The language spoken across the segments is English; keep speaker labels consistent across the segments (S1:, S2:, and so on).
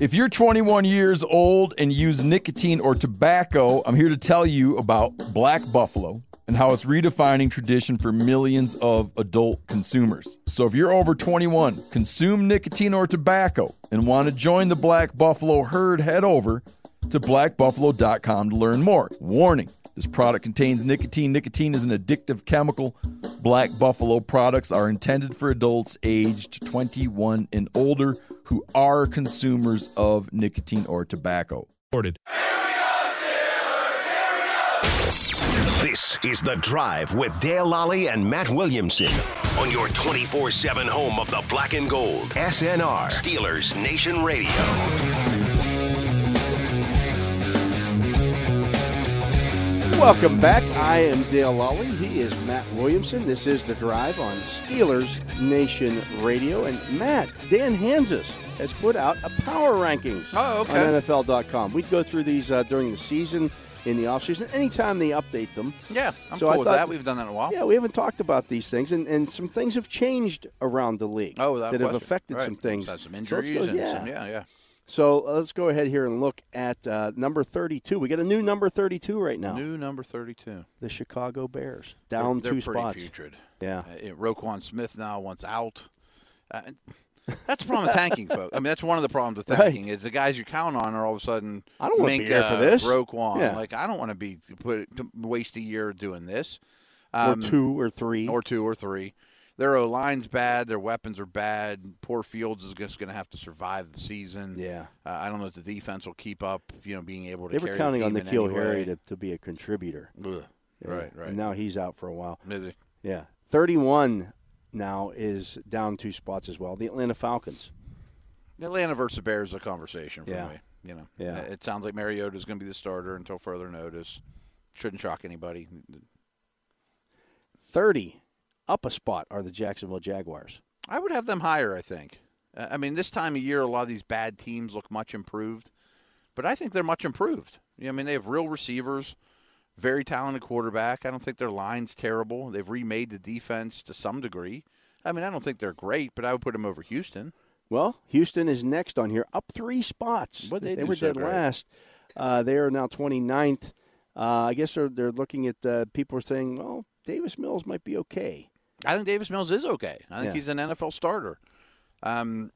S1: If you're 21 years old and use nicotine or tobacco, I'm here to tell you about Black Buffalo and how it's redefining tradition for millions of adult consumers. So if you're over 21, consume nicotine or tobacco, and want to join the Black Buffalo herd, head over to blackbuffalo.com to learn more. Warning. This product contains nicotine. Nicotine is an addictive chemical. Black Buffalo products are intended for adults aged 21 and older who are consumers of nicotine or tobacco.
S2: Recorded.
S3: This is The Drive with Dale Lally and Matt Williamson on your 24 7 home of the black and gold. SNR, Steelers Nation Radio.
S4: Welcome back. I am Dale Lally. He is Matt Williamson. This is The Drive on Steelers Nation Radio. And Matt, Dan Hansis has put out a power rankings
S5: Oh, okay.
S4: on NFL.com. We'd go through these uh, during the season, in the offseason, anytime they update them.
S5: Yeah, I'm
S4: So I
S5: cool with
S4: thought-
S5: that. We've done that in a while.
S4: Yeah, we haven't talked about these things, and, and some things have changed around the league
S5: Oh, without
S4: that have
S5: question.
S4: affected
S5: Right.
S4: some things.
S5: So some
S4: So let's
S5: injuries
S4: go-
S5: and
S4: yeah.
S5: some, yeah, yeah.
S4: So uh, let's go ahead here and look at uh, number 32. We got a new number 32 right now.
S5: New number 32.
S4: The Chicago Bears Oh. down
S5: they're, they're
S4: 2
S5: pretty
S4: spots.
S5: Putrid.
S4: Yeah.
S5: Uh, it- Roquan Smith now wants out. Uh, that's the problem with tanking, folks. I mean, that's one of the problems with
S4: Right.
S5: tanking is the guys you count on are all of a sudden.
S4: I don't wanna be
S5: Minka,
S4: here for this.
S5: Roquan,
S4: Yeah.
S5: like I don't want to be put to waste a year doing this.
S4: or two or three.
S5: Um, or two or three. Their O line's bad. Their weapons are bad. Poor Fields is just going to have to survive the season.
S4: Yeah.
S5: Uh, I don't know if the defense will keep up. You know, being able to.
S4: they were
S5: carry
S4: counting
S5: the
S4: on
S5: team in any
S4: Nikhil Harry
S5: way.
S4: to, to be a contributor.
S5: Ugh.
S4: Yeah.
S5: Right, right.
S4: And now he's out for a while.
S5: Maybe-
S4: Yeah. 31 now is down two spots as well. The Atlanta Falcons.
S5: the Atlanta versus the Bears is a conversation for
S4: Yeah.
S5: me. You know,
S4: Yeah.
S5: it sounds like Mariota is going to be the starter until further notice. Shouldn't shock anybody.
S4: 30 up a spot are the Jacksonville Jaguars.
S5: I would have them higher. I think. Uh, I mean, this time of year, a lot of these bad teams look much improved, but I think they're much improved. You know, I mean, they have real receivers, very talented quarterback. I don't think their line's terrible. They've remade the defense to some degree. I mean, I don't think they're great, but I would put them over Houston.
S4: Well, Houston is next on here, up three spots.
S5: What'd they do
S4: were
S5: so
S4: dead
S5: great?
S4: last. Uh, they are now 29th. Uh, I guess they're, they're looking at uh, people are saying, well, Davis Mills might be okay.
S5: I think Davis Mills is okay. I think
S4: Yeah.
S5: he's an NFL starter. Um,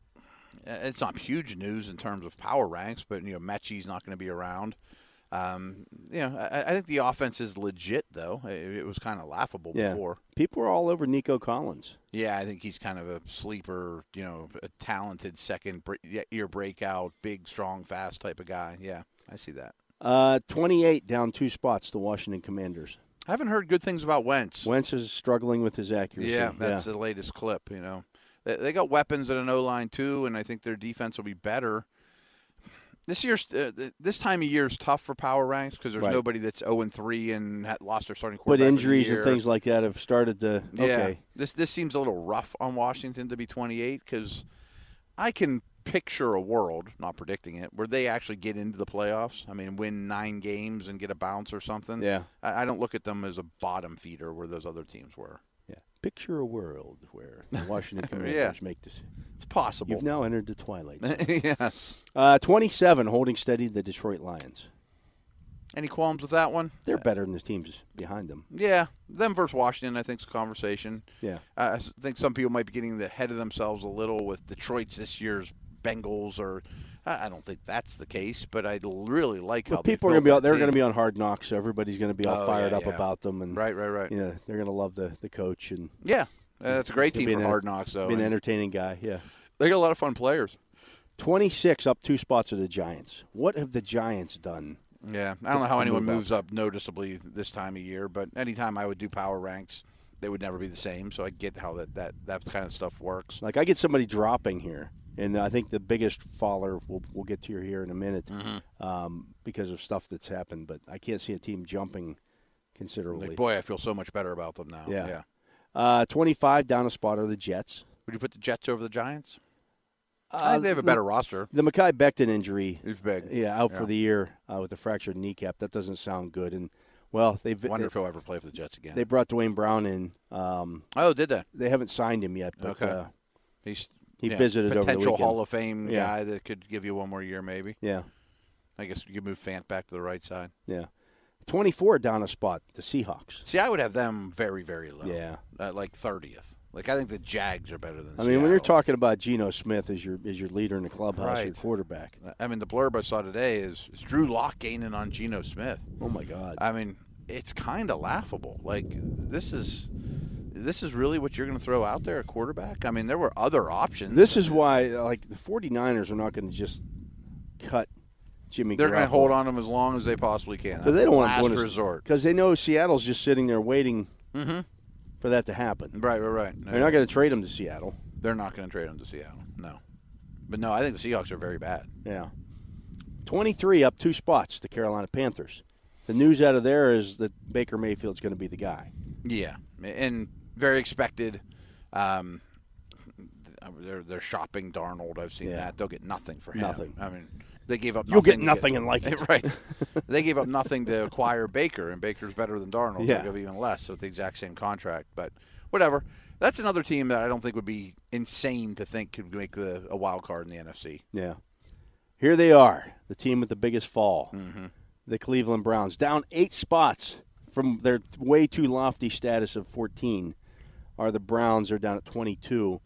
S5: uh, it's not huge news in terms of power ranks, but you know, Mechie's not going to be around. Um, you know, I, I think the offense is legit though. It, it was kind of laughable
S4: Yeah.
S5: before.
S4: People are all over Nico Collins.
S5: Yeah, I think he's kind of a sleeper. You know, a talented second bre- yeah, ear breakout, big, strong, fast type of guy. Yeah, I see that.
S4: Uh, 28 down two spots, the Washington Commanders.
S5: I haven't heard good things about Wentz.
S4: Wentz is struggling with his accuracy.
S5: Yeah, that's the latest clip. You know, they, they got weapons at an O line too, and I think their defense will be better. This year's uh, th- this time of year is tough for power ranks because there's
S4: Right.
S5: nobody that's zero and three and had lost their starting
S4: but
S5: quarterback. of the
S4: injuries and
S5: year.
S4: things like that have started to.
S5: Yeah,
S4: Okay.
S5: this this seems a little rough on Washington to be 28 because I can picture a world, not predicting it, where they actually get into the playoffs. I mean, win nine games and get a bounce or something.
S4: Yeah.
S5: I, I don't look at them as a bottom feeder where those other teams were.
S4: Yeah. Picture a world where the Washington Commanders make this.
S5: It's possible.
S4: You've now entered the twilight. zone.
S5: yes.
S4: uh, 27 holding steady the Detroit Lions.
S5: Any qualms with that one?
S4: They're better than the teams behind them.
S5: Yeah, them versus Washington, I think, is a conversation.
S4: Yeah.
S5: I I s- think some people might be getting the head of themselves a little with Detroit's this year's Bengals, or I I don't think that's the case. But I l- really like how
S4: But
S5: they
S4: people are going to be
S5: built
S4: out. They're
S5: that
S4: going to
S5: team.
S4: be on hard knocks. So everybody's going to be all
S5: Oh,
S4: fired
S5: yeah,
S4: up
S5: yeah.
S4: about them, and
S5: right, right, right.
S4: you know, they're going to love the, the coach and
S5: Yeah, Uh, that's a great
S4: He'll
S5: team
S4: be
S5: for
S4: an
S5: Hard
S4: enter-
S5: Knocks, though.
S4: be an
S5: and
S4: entertaining guy. Yeah.
S5: they got a lot of fun players.
S4: 26 up two spots are the Giants. What have the Giants done?
S5: Yeah, I don't know how anyone moves up noticeably this time of year, but anytime I would do power ranks, they would never be the same. So I get how that that that kind of stuff works.
S4: Like I get somebody dropping here, and I think the biggest faller we'll, we'll get to here in a minute
S5: Mm-hmm.
S4: um, because of stuff that's happened. But I can't see a team jumping considerably.
S5: Like, boy, I feel so much better about them now.
S4: Yeah.
S5: yeah.
S4: Uh, 25 down a spot are the Jets.
S5: Would you put the Jets over the Giants?
S4: Uh,
S5: I think they have a better roster.
S4: The Mackay Becton injury, uh,
S5: It's big.
S4: yeah, out for
S5: Yeah.
S4: the year uh, with a fractured kneecap. That doesn't sound good. And well, they've
S5: Wonder
S4: they,
S5: if he'll ever play for the Jets again.
S4: they brought Dwayne Brown in. Um,
S5: oh, did they?
S4: they haven't signed him yet, but
S5: Okay.
S4: uh,
S5: He's
S4: He
S5: yeah,
S4: visited over the
S5: potential
S4: weekend.
S5: Hall of Fame
S4: Yeah.
S5: guy that could give you one more year, maybe.
S4: yeah,
S5: I guess you could move Fant back to the right side.
S4: yeah. 24 down a spot, the Seahawks.
S5: See, I would have them very, very low.
S4: Yeah.
S5: uh, like thirtieth. Like I think the Jags are better than.
S4: I mean, when you're
S5: Seattle.
S4: talking about Geno Smith as your as your leader in the clubhouse, your
S5: Right.
S4: quarterback.
S5: I mean, the blurb I saw today is, is Drew Lock gaining on Geno Smith.
S4: Oh my God.
S5: I mean, it's kind of laughable. Like this is, this is really what you're going to throw out there at quarterback. I mean, there were other options.
S4: This is why, like, the 49ers are not going to just cut Jimmy.
S5: they're going
S4: going
S5: to hold on to him as long as they possibly can.
S4: but they don't want
S5: last
S4: to
S5: resort. Mm-hmm.
S4: because they know Seattle's just sitting there waiting for that to happen.
S5: Right, right, right.
S4: They're not going to trade him to Seattle.
S5: They're not going to trade him to Seattle. No, but no, I think the Seahawks are very bad.
S4: Yeah, twenty-three up two spots. The Carolina Panthers. The news out of there is that Baker Mayfield's going to be the guy.
S5: Yeah, and very expected. Um, they're they're shopping Darnold. I've seen
S4: Yeah.
S5: that. They'll get nothing for him.
S4: Nothing.
S5: I mean, they gave up.
S4: You'll get nothing
S5: to
S4: and like it.
S5: right? they gave up nothing to acquire Baker, and Baker's better than Darnold.
S4: Yeah.
S5: They give even less with the exact same contract, but whatever. That's another team that I don't think would be insane to think could make the a wild card in the NFC.
S4: Yeah. Here they are, the team with the biggest fall.
S5: Mm-hmm.
S4: The Cleveland Browns, down eight spots from their way too lofty status of 14, are the Browns. They're down at 22.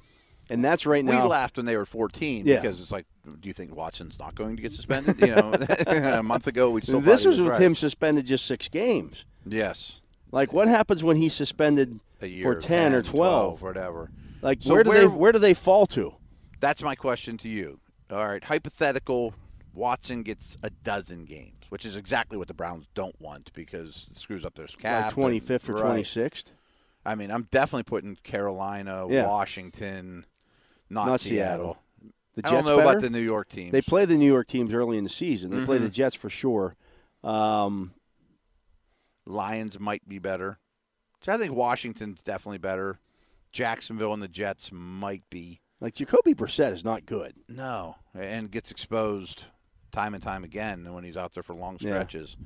S4: And that's right
S5: We
S4: now.
S5: laughed when they were 14
S4: Yeah.
S5: because it's like, do you think Watson's not going to get suspended? You know, a month ago we still. thought
S4: this
S5: he
S4: was
S5: was
S4: with
S5: right.
S4: him suspended just six games.
S5: Yes.
S4: Like, what happens when he's suspended
S5: a year
S4: for 10, or 12?
S5: whatever.
S4: Like,
S5: So
S4: where do they
S5: where-
S4: where do they fall to?
S5: That's my question to you. All right, hypothetical. Watson gets a dozen games, which is exactly what the Browns don't want because it screws up their
S4: Like
S5: cap.
S4: twenty fifth or
S5: Right.
S4: twenty sixth?
S5: I mean, I'm definitely putting Carolina,
S4: Yeah.
S5: Washington, not,
S4: Not
S5: Seattle.
S4: Seattle. The Jets
S5: I don't know
S4: better?
S5: about the Mm-hmm. New York teams.
S4: They play the New York teams early in the season. They play the Jets for sure. Um,
S5: Lions might be better. So I think Washington's definitely better. Jacksonville and the Jets might be.
S4: Like Jacoby Brissett is not good.
S5: No, and gets exposed time and time again when he's out there for long
S4: Yeah.
S5: stretches.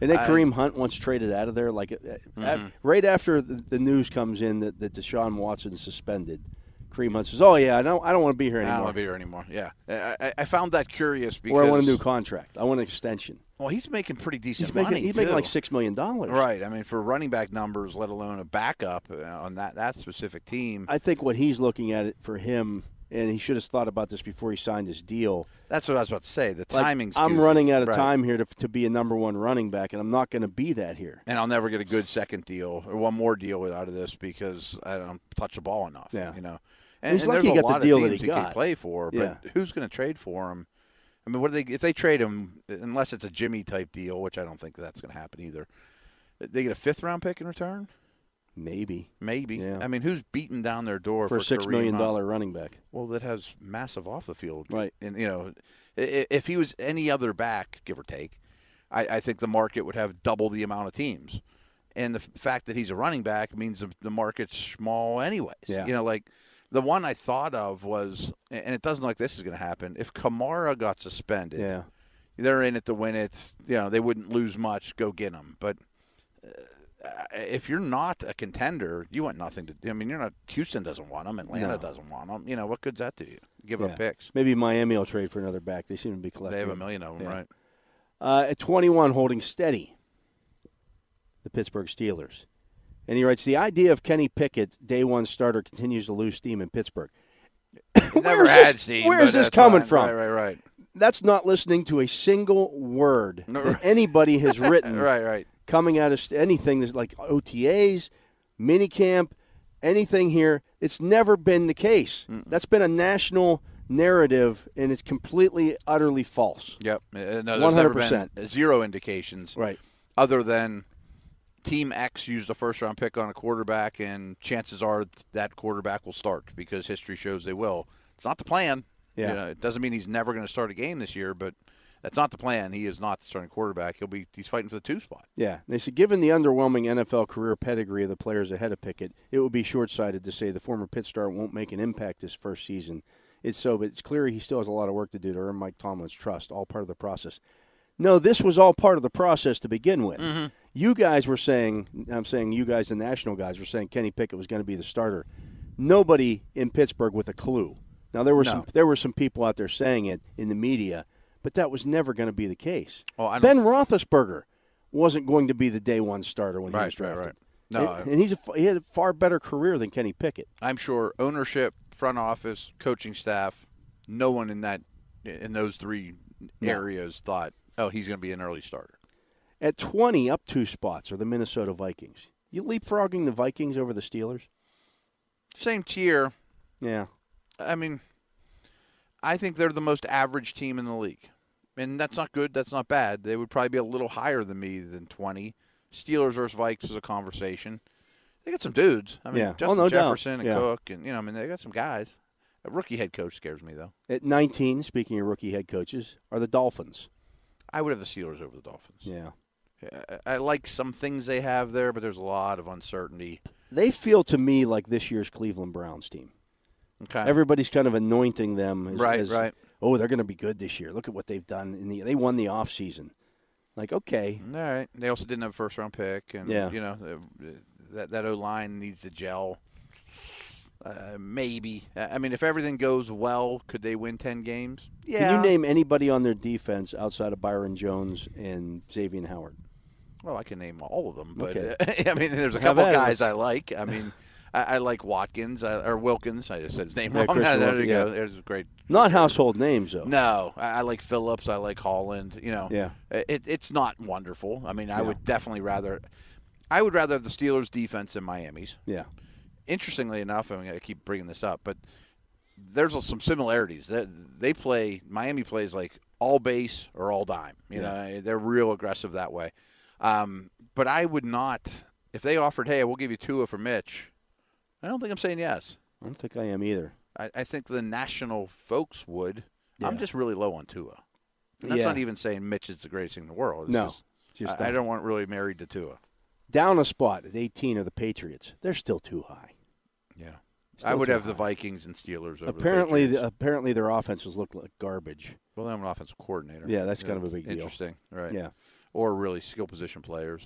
S4: And that
S5: I- Mm-hmm.
S4: Kareem Hunt once traded out of there, like uh, at- right after the the news comes in that, that Deshaun Watson suspended, Kareem Hunt says, "Oh yeah, I don't, I don't want to be here
S5: I don't
S4: anymore,
S5: want to be here anymore. Yeah, I, I- I found that curious because
S4: or I want a new contract. I want an extension."
S5: well, he's making pretty decent
S4: He's making
S5: money.
S4: he's making
S5: too.
S4: like six million dollars.
S5: Right. I mean, for running back numbers, let alone a backup uh, on that that specific team.
S4: I think what he's looking at it for him, and he should have thought about this before he signed his deal.
S5: that's what I was about to say. The
S4: Like,
S5: timing's.
S4: I'm
S5: goofy.
S4: running out of
S5: Right.
S4: time here to, to be a number one running back, and I'm not going to be that here.
S5: and I'll never get a good second deal or one more deal out of this because I don't touch the ball enough.
S4: Yeah.
S5: you know.
S4: he's
S5: there's
S4: lucky he
S5: a
S4: got the
S5: lot
S4: deal
S5: of
S4: that
S5: teams
S4: he
S5: could
S4: got.
S5: play for, but
S4: Yeah.
S5: who's going to trade for him? I mean, what do they if they trade him? Unless it's a Jimmy type deal, which I don't think that's going to happen either. They get a fifth round pick in return,
S4: Maybe
S5: maybe.
S4: Yeah.
S5: I mean, who's beating down their door
S4: for
S5: for,
S4: a six
S5: Kareem
S4: million
S5: Hunt?
S4: dollar running back.
S5: Well, that has massive off the field,
S4: Right.
S5: And you know, i- i- if he was any other back, give or take, I, I think the market would have double the amount of teams. And the f- fact that he's a running back means the, the market's small, anyways.
S4: Yeah.
S5: You know, like the one I thought of was, and it doesn't look like this is going to happen. If Kamara got suspended,
S4: Yeah.
S5: they're in it to win it. You know, they wouldn't lose much. Go get them. But uh, if you're not a contender, you want nothing to. I mean, you're not. Houston doesn't want them. Atlanta
S4: No.
S5: doesn't want them. You know, what good's that do you? Give
S4: Yeah.
S5: up picks.
S4: Maybe Miami will trade for another back. They seem to be collecting.
S5: They have a
S4: them.
S5: million of them,
S4: Yeah.
S5: right?
S4: Uh, at 21, holding steady, the Pittsburgh Steelers. And he writes, the idea of Kenny Pickett, day one starter, continues to lose steam in Pittsburgh.
S5: Never
S4: Where's
S5: had
S4: this-
S5: Steve,
S4: where's
S5: but
S4: this
S5: that's
S4: coming
S5: fine.
S4: from?
S5: Right, right, right.
S4: That's not listening to a single word
S5: No,
S4: that
S5: right.
S4: anybody has written
S5: Right, right.
S4: coming out of st- anything that's like OTAs, minicamp, anything here. It's never been the case. That's been a national narrative, and it's completely, utterly false.
S5: Yep. Uh, No, there's never been
S4: 100%.
S5: zero indications.
S4: Right.
S5: Other than team X used a first round pick on a quarterback, and chances are that quarterback will start because history shows they will. It's not the plan.
S4: Yeah.
S5: You know, it doesn't mean he's never going to start a game this year, but that's not the plan. He is not the starting quarterback. He'll be he's fighting for the two spot.
S4: Yeah, they said given the underwhelming NFL career pedigree of the players ahead of Pickett, it would be short-sighted to say the former Pitt star won't make an impact this first season. It's so, but it's clear he still has a lot of work to do to earn Mike Tomlin's trust. All part of the process. No, this was all part of the process to begin with.
S5: Mm-hmm.
S4: You guys were saying, I'm saying you guys, the national guys, were saying Kenny Pickett was going to be the starter. Nobody in Pittsburgh with a clue. Now there were some there were some people out there saying it in the media, but that was never going to be the case.
S5: Oh, I don't-
S4: ben Roethlisberger wasn't going to be the day one starter when he
S5: Right,
S4: was
S5: right,
S4: drafted.
S5: right. No,
S4: and, and he's a, he had a far better career than Kenny Pickett.
S5: I'm sure ownership, front office, coaching staff, no one in that in those three areas thought, oh, he's going to be an early starter.
S4: At 20, up two spots are the Minnesota Vikings. You leapfrogging the Vikings over the Steelers?
S5: Same tier.
S4: Yeah,
S5: I mean, I think they're the most average team in the league. And that's not good. That's not bad. They would probably be a little higher than me than 20. Steelers versus Vikes is a conversation. They got some dudes. I mean,
S4: Yeah. Oh,
S5: Justin
S4: no doubt.
S5: Jefferson and
S4: Yeah.
S5: Cook, and you know, I mean, they got some guys. A rookie head coach scares me though.
S4: at 19. Speaking of rookie head coaches, are the Dolphins.
S5: I would have the Steelers over the Dolphins.
S4: Yeah,
S5: I, I like some things they have there, but there's a lot of uncertainty.
S4: they feel to me like this year's Cleveland Browns team.
S5: Okay.
S4: Everybody's kind of anointing them as,
S5: Right,
S4: as,
S5: right.
S4: oh, they're going to be good this year. Look at what they've done in the they won the offseason. Like, okay,
S5: All right. They also didn't have a first round pick, and
S4: Yeah.
S5: you know uh, that that O line needs to gel. Uh, maybe. I I mean, if everything goes well, could they win ten games? Yeah.
S4: Can you name anybody on their defense outside of Byron Jones and Xavier Howard?
S5: Well, I can name all of them, but
S4: Okay.
S5: uh, I mean, there's a
S4: Have
S5: couple
S4: at it.
S5: guys I like. I mean, I, I like Watkins uh, or Wilkins. I just said his name
S4: Yeah,
S5: wrong.
S4: Christian
S5: there
S4: Wilkins,
S5: you go.
S4: yeah.
S5: There's a great.
S4: Not household names, though.
S5: No, I, I like Phillips. I like Holland. You know,
S4: Yeah.
S5: It, it's not wonderful. I mean, I would definitely rather. I would rather have the Steelers' defense than Miami's.
S4: Yeah.
S5: interestingly enough, I'm going to keep bringing this up, but there's some similarities. They, they play Miami plays like all base or all dime. You know, they're real aggressive that way. Um, but I would not if they offered, "Hey, we'll give you Tua for Mitch." I don't think I'm saying yes.
S4: I don't think I am either.
S5: I, I think the national folks would. I'm
S4: Yeah.
S5: just really low on Tua. And that's
S4: Yeah.
S5: not even saying Mitch is the greatest thing in the world. It's
S4: No,
S5: just-
S4: just
S5: I, I
S4: that.
S5: don't want really married to Tua.
S4: Down a spot at 18 are the Patriots. They're still too high.
S5: Yeah, I
S4: Still
S5: would
S4: too
S5: have the
S4: high.
S5: Vikings and Steelers. Over
S4: apparently,
S5: the Patriots.
S4: the, apparently their offenses look like garbage.
S5: Well, I'm an offensive coordinator.
S4: Yeah, that's kind of a big deal.
S5: interesting, right?
S4: Yeah.
S5: or really skill position players.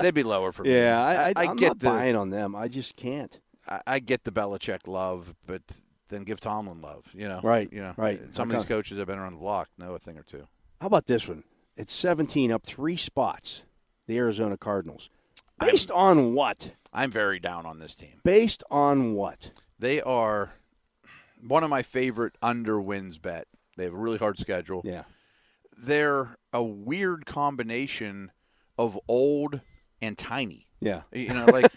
S5: They'd be lower for me.
S4: Yeah, I, I,
S5: I
S4: am
S5: get
S4: not
S5: the
S4: buying on them. I just can't.
S5: I, I get the Belichick love, but then give Tomlin love. You know,
S4: Right,
S5: You know, uh,
S4: right.
S5: Some of these
S4: Okay.
S5: coaches have been around the block, know a thing or two.
S4: How about this one? At 17, up three spots, the Arizona Cardinals.
S5: I'm-
S4: Based on what?
S5: I'm very down on this team.
S4: Based on what?
S5: They are one of my favorite under wins bet. They have a really hard schedule.
S4: Yeah.
S5: They're a weird combination of old and tiny.
S4: Yeah.
S5: You know, like,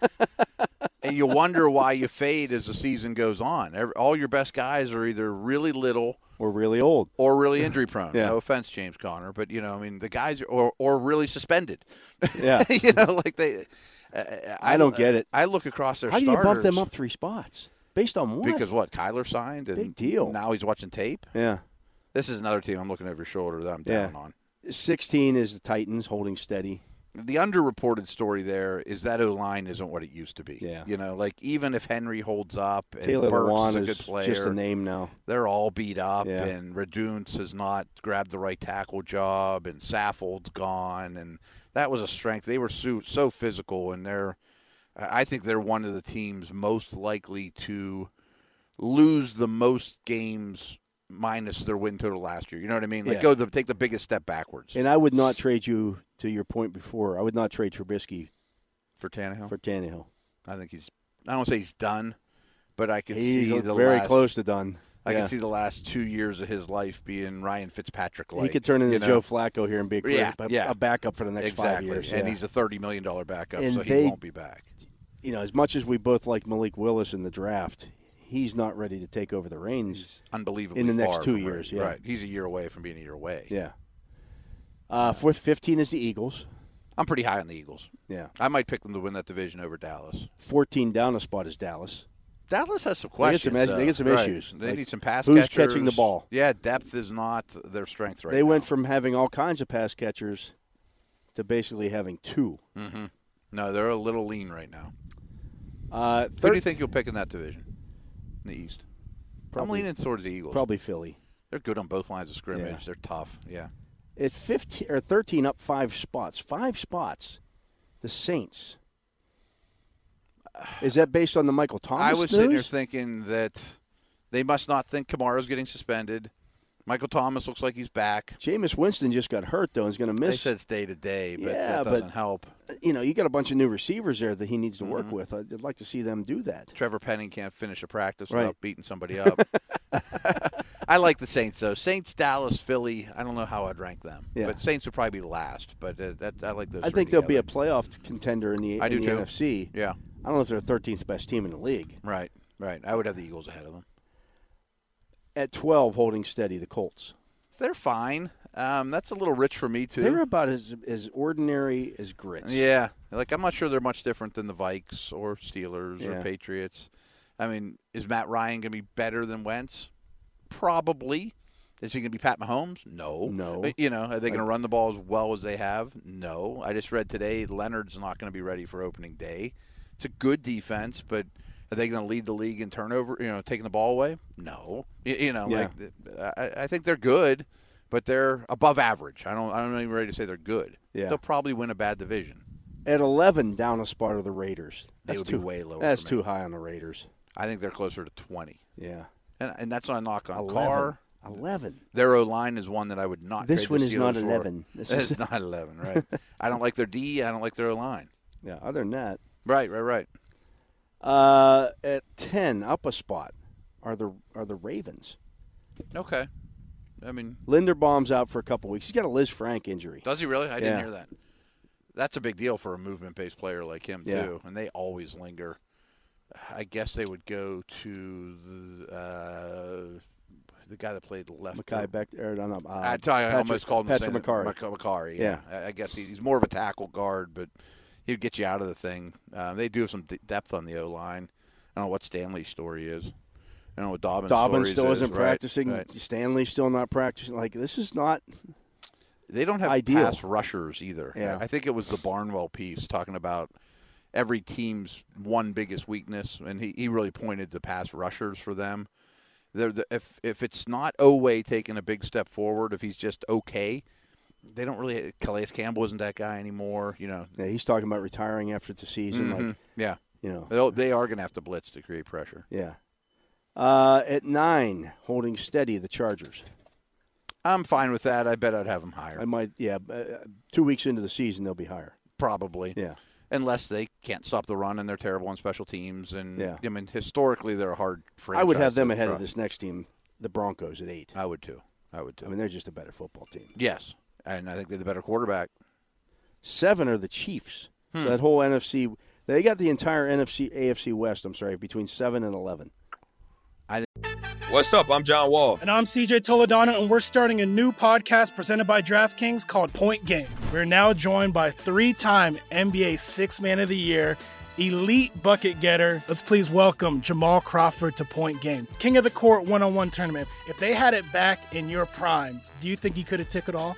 S5: and you wonder why you fade as the season goes on. Every, all your best guys are either really little
S4: We're really old.
S5: or really injury prone.
S4: Yeah.
S5: No offense, James Conner, but you know, I mean, the guys are, or or really suspended.
S4: Yeah.
S5: you know, like they. Uh,
S4: I don't get it.
S5: I look across their
S4: How do you
S5: starters.
S4: bump them up three spots? Based on what?
S5: Because what Kyler signed, and
S4: Big deal.
S5: Now he's watching tape.
S4: yeah.
S5: This is another team I'm looking over your shoulder that I'm
S4: Yeah.
S5: down on.
S4: 16 is the Titans holding steady.
S5: the underreported story there is that O line isn't what it used to be.
S4: Yeah.
S5: You know, like even if Henry holds up and
S4: Taylor
S5: Burks
S4: Lewan
S5: is a
S4: is
S5: good player,
S4: just a name now.
S5: they're all beat up
S4: Yeah.
S5: and Reduce has not grabbed the right tackle job and Saffold's gone and that was a strength. They were so, so physical and they're I I think they're one of the teams most likely to lose the most games minus their win total last year. You know what I mean? Like
S4: Yeah.
S5: go the, take the biggest step backwards
S4: And I would not trade you to your point before. I would not trade Trubisky
S5: for Tannehill.
S4: for Tannehill.
S5: I think he's. I don't say he's done, but I can
S4: He's
S5: see the
S4: very
S5: last,
S4: close to done.
S5: I
S4: Yeah.
S5: can see the last two years of his life being Ryan Fitzpatrick.
S4: he could turn into
S5: you know?
S4: Joe Flacco here and be a, career-
S5: Yeah,
S4: a-
S5: yeah.
S4: a backup for the next
S5: Exactly,
S4: five years.
S5: and
S4: yeah.
S5: he's a thirty million dollar backup,
S4: And
S5: so
S4: they-
S5: he won't be back.
S4: you know as much as we both like Malik Willis in the draft, he's not ready to take over the reins.
S5: Unbelievably
S4: In the next
S5: far
S4: two
S5: from where-
S4: years, yeah.
S5: Right. He's a year away from being a year away.
S4: Yeah. Uh, fourth, 15 is the Eagles.
S5: I'm pretty high on the Eagles.
S4: Yeah.
S5: I might pick them to win that division over Dallas.
S4: 14 down a spot is Dallas.
S5: Dallas has some
S4: They get
S5: questions.
S4: some is-
S5: though.
S4: they get some
S5: Right.
S4: issues.
S5: They
S4: Like,
S5: need some pass
S4: who's
S5: catchers.
S4: catching the ball?
S5: Yeah, depth is not their strength right
S4: they
S5: now.
S4: went from having all kinds of pass catchers to basically having two.
S5: Mm-hmm. No, they're a little lean right now.
S4: Uh,
S5: Who do
S4: third,
S5: you think you'll pick in that division? In the East.
S4: Probably-
S5: I'm leaning towards the Eagles.
S4: probably Philly.
S5: They're good on both lines of scrimmage.
S4: Yeah.
S5: They're tough. Yeah.
S4: At 15 or 13 up five spots. Five spots. The Saints. Is that based on the Michael Thomas
S5: I was sitting there
S4: news?
S5: thinking that they must not think Kamara's getting suspended. Michael Thomas looks like he's back.
S4: Jameis Winston just got hurt though and is going to
S5: They
S4: miss.
S5: said it's day to day, but
S4: Yeah,
S5: that
S4: but-
S5: doesn't help.
S4: you know, you got a bunch of new receivers there that he needs to
S5: Mm-hmm.
S4: work with. I'd I'd like to see them do that.
S5: Trevor Penning can't finish a practice
S4: Right.
S5: without beating somebody up. I like the Saints though. Saints, Dallas, Philly. I don't know how I'd rank them,
S4: Yeah.
S5: but Saints would probably be last. But uh, that, I like those.
S4: I
S5: three
S4: think they'll be a
S5: together.
S4: playoff contender in the,
S5: I
S4: in
S5: do
S4: the
S5: too.
S4: NFC.
S5: Yeah,
S4: I don't know if they're the 13th best team in the league.
S5: right, right. I would have the Eagles ahead of them.
S4: At 12, holding steady, the Colts.
S5: They're fine. Um, that's a little rich for me too.
S4: They're about as, as ordinary as grits.
S5: Yeah, like I'm not sure they're much different than the Vikes or Steelers
S4: Yeah.
S5: or Patriots. I mean, is Matt Ryan going to be better than Wentz? Probably. Is he going to be Pat Mahomes? No.
S4: No.
S5: Uh, You know, are they going to run the ball as well as they have? No. I just read today Leonard's not going to be ready for opening day. It's a good defense, but are they going to lead the league in turnover? You know, taking the ball away? No. You, you know,
S4: Yeah.
S5: like th- I, I think they're good, but they're above average. I don't. I'm not even ready to say they're good.
S4: Yeah.
S5: They'll probably win a bad division.
S4: At 11, down a spot are the Raiders.
S5: They
S4: That's
S5: would be
S4: too
S5: way lower
S4: That's
S5: for me.
S4: too high on the Raiders.
S5: I think they're closer to 20.
S4: Yeah.
S5: And, and that's not a knock on
S4: 11.
S5: Carr.
S4: 11.
S5: Their O line is one that I would not.
S4: This
S5: trade the
S4: one is not
S5: Steelers for.
S4: 11. This
S5: It's
S4: is-
S5: not 11, right? I don't like their D. I don't like their O line.
S4: Yeah, other than that.
S5: Right, right, right.
S4: Uh, at 10, up a spot are the are the Ravens.
S5: Okay. I mean,
S4: Linderbaum's out for a couple weeks. He's got a Liz Frank injury.
S5: does he really? I
S4: Yeah.
S5: didn't hear that. That's a big deal for a movement-based player like him
S4: Yeah.
S5: too, and they always linger. I guess they would go to the, uh, the guy that played left.
S4: Mackay Beck. Or, no, no, uh,
S5: I tell you, I
S4: Patrick-
S5: almost called him
S4: Patrick
S5: saying-
S4: McCarry.
S5: Mac- Macari, yeah. I, I guess he, he's more of a tackle guard, but he'd get you out of the thing. Um, they do have some d- depth on the O line. I don't know what Stanley's story is. I don't know what Dobbins.
S4: Dobbins
S5: stories
S4: still
S5: is,
S4: isn't
S5: right,
S4: practicing.
S5: right.
S4: Stanley's still not practicing. Like this is not.
S5: They don't have
S4: Ideal.
S5: pass rushers either.
S4: Yeah.
S5: I think it was the Barnwell piece talking about every team's one biggest weakness, and he, he really pointed to pass rushers for them. They're the, if if it's not Oway taking a big step forward, if he's just okay, they don't really. Calais Campbell isn't that guy anymore. You know.
S4: Yeah, he's talking about retiring after the season. Like
S5: Yeah.
S4: you know.
S5: They'll- They are going to have to blitz to create pressure.
S4: Yeah. Uh, at nine, holding steady the Chargers.
S5: I'm fine with that. I bet I'd have them higher,
S4: I might. Yeah. Uh, two weeks into the season, they'll be higher.
S5: probably.
S4: Yeah.
S5: Unless they can't stop the run and they're terrible on special teams, and
S4: Yeah.
S5: I mean historically they're a hard.
S4: I would
S5: franchise
S4: have them
S5: to
S4: ahead of
S5: try.
S4: this next team, the Broncos, at eight.
S5: I would too. I would too.
S4: I mean, they're just a better football team.
S5: yes, and I think they're the better quarterback.
S4: Seven are the Chiefs.
S5: Hmm.
S4: So that whole NFC, they got the entire NFC, AFC West. I'm sorry, between seven and eleven.
S2: What's up? I'm John Wall.
S6: And I'm CJ Toledano, and we're starting a new podcast presented by DraftKings called Point Game. We're now joined by three time NBA Six Man of the Year, elite bucket getter. Let's please welcome Jamal Crawford to Point Game, King of the Court one on one tournament. If they had it back in your prime, do you think he could have took it all?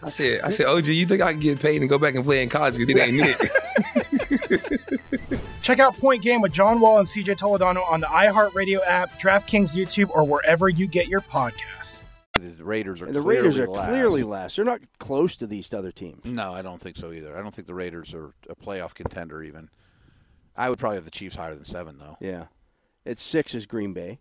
S2: I said, I said, OG, you think I can get paid and go back and play in college because it ain't it?
S6: Check out Point Game with John Wall and CJ Toledano on the iHeartRadio app, DraftKings YouTube, or wherever you get your podcasts.
S5: The Raiders are
S4: And the Raiders are
S5: clearly last. Hmm.
S4: clearly last. They're not close to these other teams.
S5: No, I don't think so either. I don't think the Raiders are a playoff contender even. I would probably have the Chiefs higher than seven though.
S4: Yeah. At six is Green Bay.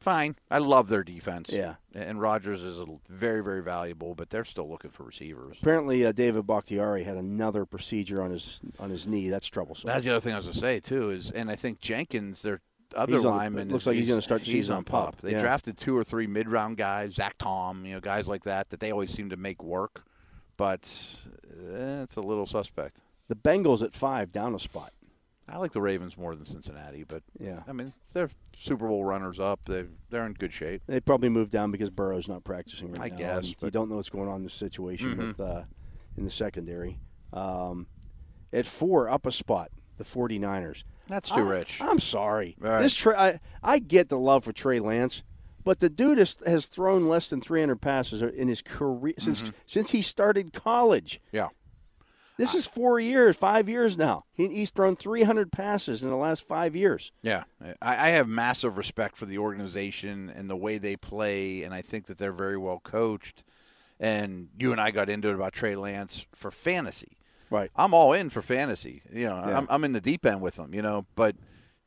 S5: fine. I love their defense.
S4: Yeah.
S5: And Rogers is a l- very, very valuable, but they're still looking for receivers.
S4: Apparently, uh, David Bakhtiari had another procedure on his on his knee. That's troublesome.
S5: That's the other thing I was going to say too is, and I think Jenkins, their other
S4: He's on the-
S5: lineman,
S4: looks
S5: is-
S4: like he's gonna start the
S5: he's
S4: season
S5: on
S4: on pup,
S5: pop. They
S4: yeah.
S5: drafted two or three mid-round guys, Zach Tom, you know, guys like that that they always seem to make work, but eh, it's a little suspect.
S4: The Bengals at five, down a spot.
S5: I like the Ravens more than Cincinnati, but
S4: Yeah.
S5: I mean they're Super Bowl runners up. They they're in good shape.
S4: They probably moved down because Burrow's not practicing right
S5: I
S4: now.
S5: guess,
S4: and you
S5: but- Mm-hmm.
S4: don't know what's going on in the situation with uh, in the secondary. Um, at four, up a spot, the 49ers.
S5: That's too
S4: I-
S5: rich.
S4: I'm sorry.
S5: All right.
S4: This Trey, I, I get the love for Trey Lance, but the dude has, has thrown less than 300 passes in his career since
S5: Mm-hmm.
S4: since he started college.
S5: Yeah.
S4: This is four years, five years now. He, he's thrown 300 passes in the last five years.
S5: Yeah, I, I have massive respect for the organization and the way they play, and I think that they're very well coached. And you and I got into it about Trey Lance for fantasy.
S4: Right.
S5: I'm all in for fantasy. You know,
S4: Yeah.
S5: I'm, I'm in the deep end with them. You know, but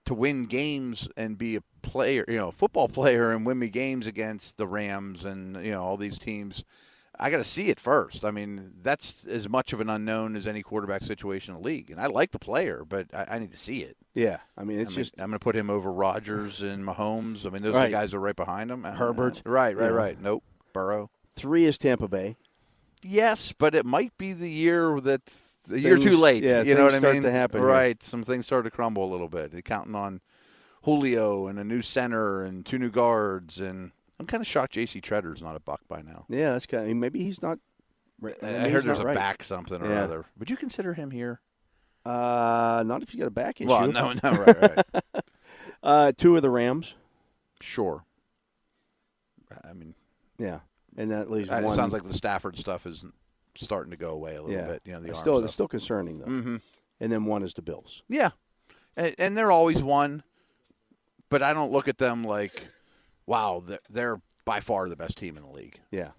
S5: to win games and be a player, you know, a football player, and win me games against the Rams and you know all these teams, I got to see it first. I mean, that's as much of an unknown as any quarterback situation in the league. And I like the player, but I, I need to see it.
S4: Yeah. I mean, it's
S5: I mean,
S4: just
S5: I'm going to put him over Rodgers and Mahomes. I mean, those are
S4: Right.
S5: the guys that are right behind him. Uh,
S4: Herbert.
S5: right, right,
S4: Yeah.
S5: right. Nope. Burrow.
S4: three is Tampa Bay.
S5: Yes, but it might be the year that the year too
S4: Things-
S5: late.
S4: yeah,
S5: you know what
S4: things
S5: I
S4: start
S5: mean?
S4: to happen here.
S5: Right. Some things start to crumble a little bit. They're counting on Julio and a new center and two new guards and. I'm kind of shocked J.C. Treader's not a buck by now.
S4: Yeah, that's kind of, maybe he's not. maybe
S5: I
S4: he's
S5: heard there's
S4: not
S5: a
S4: right.
S5: back something or
S4: Yeah.
S5: other. Would you consider him here?
S4: Uh, not if you got a back issue.
S5: Well, no, no, right, right.
S4: Uh, two of the Rams.
S5: sure. I mean,
S4: Yeah, and that leaves
S5: Uh,
S4: one.
S5: It sounds like the Stafford stuff is starting to go away a little
S4: yeah,
S5: bit. You know, the
S4: it's
S5: arm
S4: still
S5: stuff.
S4: it's still concerning though.
S5: Mhm.
S4: And then one is the Bills.
S5: Yeah, and, and they're always one, but I don't look at them like, wow, they're, they're by far the best team in the league.
S4: Yeah,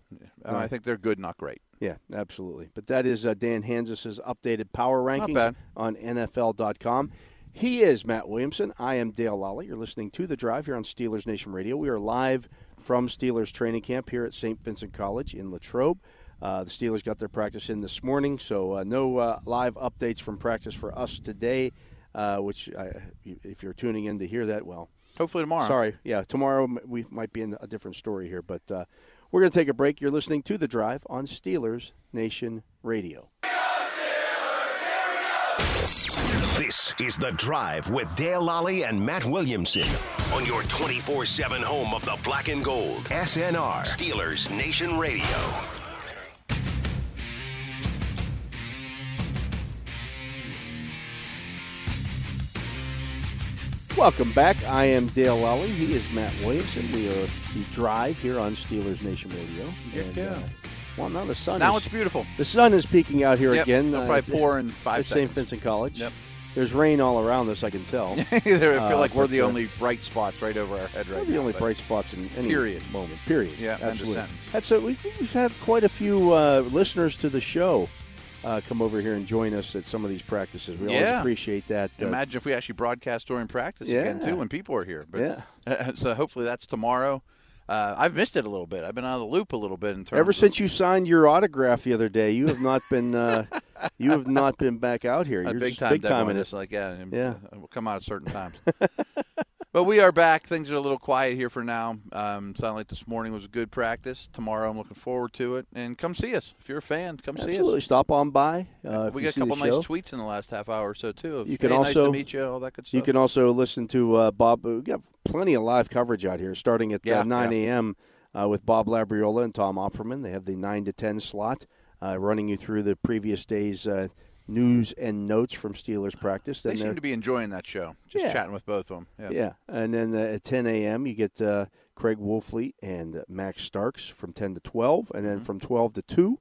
S5: Uh, I think they're good, not great.
S4: yeah, absolutely. But that is uh, Dan Hansis's updated power rankings
S5: bad.
S4: on NFL.com. He is Matt Williamson. I am Dale Lally. You're listening to the Drive here on Steelers Nation Radio. We are live from Steelers training camp here at St. Vincent College in Latrobe. Uh, the Steelers got their practice in this morning, so uh, no uh, live updates from practice for us today. Uh, which, I, if you're tuning in to hear that, well,
S5: Hopefully tomorrow.
S4: Sorry. Yeah, tomorrow m- we might be in a different story here, but uh, we're going to take a break. You're listening to The Drive on Steelers Nation Radio.
S3: This is The Drive with Dale Lally and Matt Williamson on your 24 7 home of the black and gold. SNR, Steelers Nation Radio.
S4: Welcome back. I am Dale Lally. He is Matt Williamson. We are The Drive here on Steelers Nation Radio. And,
S5: yeah.
S4: uh, well, now the sun
S5: Now
S4: is,
S5: it's beautiful.
S4: the sun is peeking out here
S5: Yep,
S4: again.
S5: they'll
S4: Uh,
S5: probably
S4: it's-
S5: pour in five
S4: At St.
S5: seconds.
S4: Vincent College.
S5: Yep.
S4: There's rain all around us, I can tell.
S5: I feel
S4: Uh,
S5: like we're
S4: but,
S5: the
S4: uh,
S5: only bright spots right over our head right
S4: They're the
S5: now,
S4: only
S5: but
S4: bright spots in any
S5: Period.
S4: moment. Period.
S5: Yeah, end of
S4: absolutely.
S5: sentence.
S4: That's a, we've, we've had quite a few uh, listeners to the show uh, come over here and join us at some of these practices. We always
S5: Yeah.
S4: appreciate that. uh,
S5: Imagine if we actually broadcast during practice again
S4: Yeah.
S5: too when people are here. But
S4: Yeah.
S5: so hopefully that's tomorrow. Uh, I've missed it a little bit. I've been out of the loop a little bit in terms.
S4: Ever
S5: of-
S4: since you signed your autograph the other day, you have not been uh, you have not been back out here.
S5: a
S4: You're
S5: big
S4: just
S5: time
S4: big time in
S5: this.
S4: it.
S5: Like yeah, and
S4: Yeah.
S5: uh, we'll come out at certain times. but we are back. Things are a little quiet here for now. Um, sounded like this morning was a good practice. Tomorrow I'm looking forward to it. And come see us if you're a fan. Come
S4: Absolutely.
S5: see
S4: Stop on by. Uh,
S5: us.
S4: if
S5: We
S4: you
S5: got a
S4: see the
S5: couple nice
S4: show.
S5: tweets in the last half hour or so too. Of,
S4: You can
S5: "Hey, nice
S4: also-
S5: to meet you, all that good stuff.
S4: You can also listen to uh, Bob. We've got plenty of live coverage out here, starting at uh,
S5: Yeah,
S4: 9
S5: yeah.
S4: a.m. Uh, with Bob Labriola and Tom Offerman. They have the 9 to 10 slot, uh, running you through the previous day's uh, news and notes from Steelers practice.
S5: they
S4: Then
S5: seem
S4: they're-
S5: to be enjoying that show. Just
S4: Yeah.
S5: chatting with both of them. Yeah.
S4: yeah, and then uh, at 10 a.m. you get uh, Craig Wolfley and uh, Max Starks from 10 to 12, and
S5: Mm-hmm.
S4: then from 12 to 2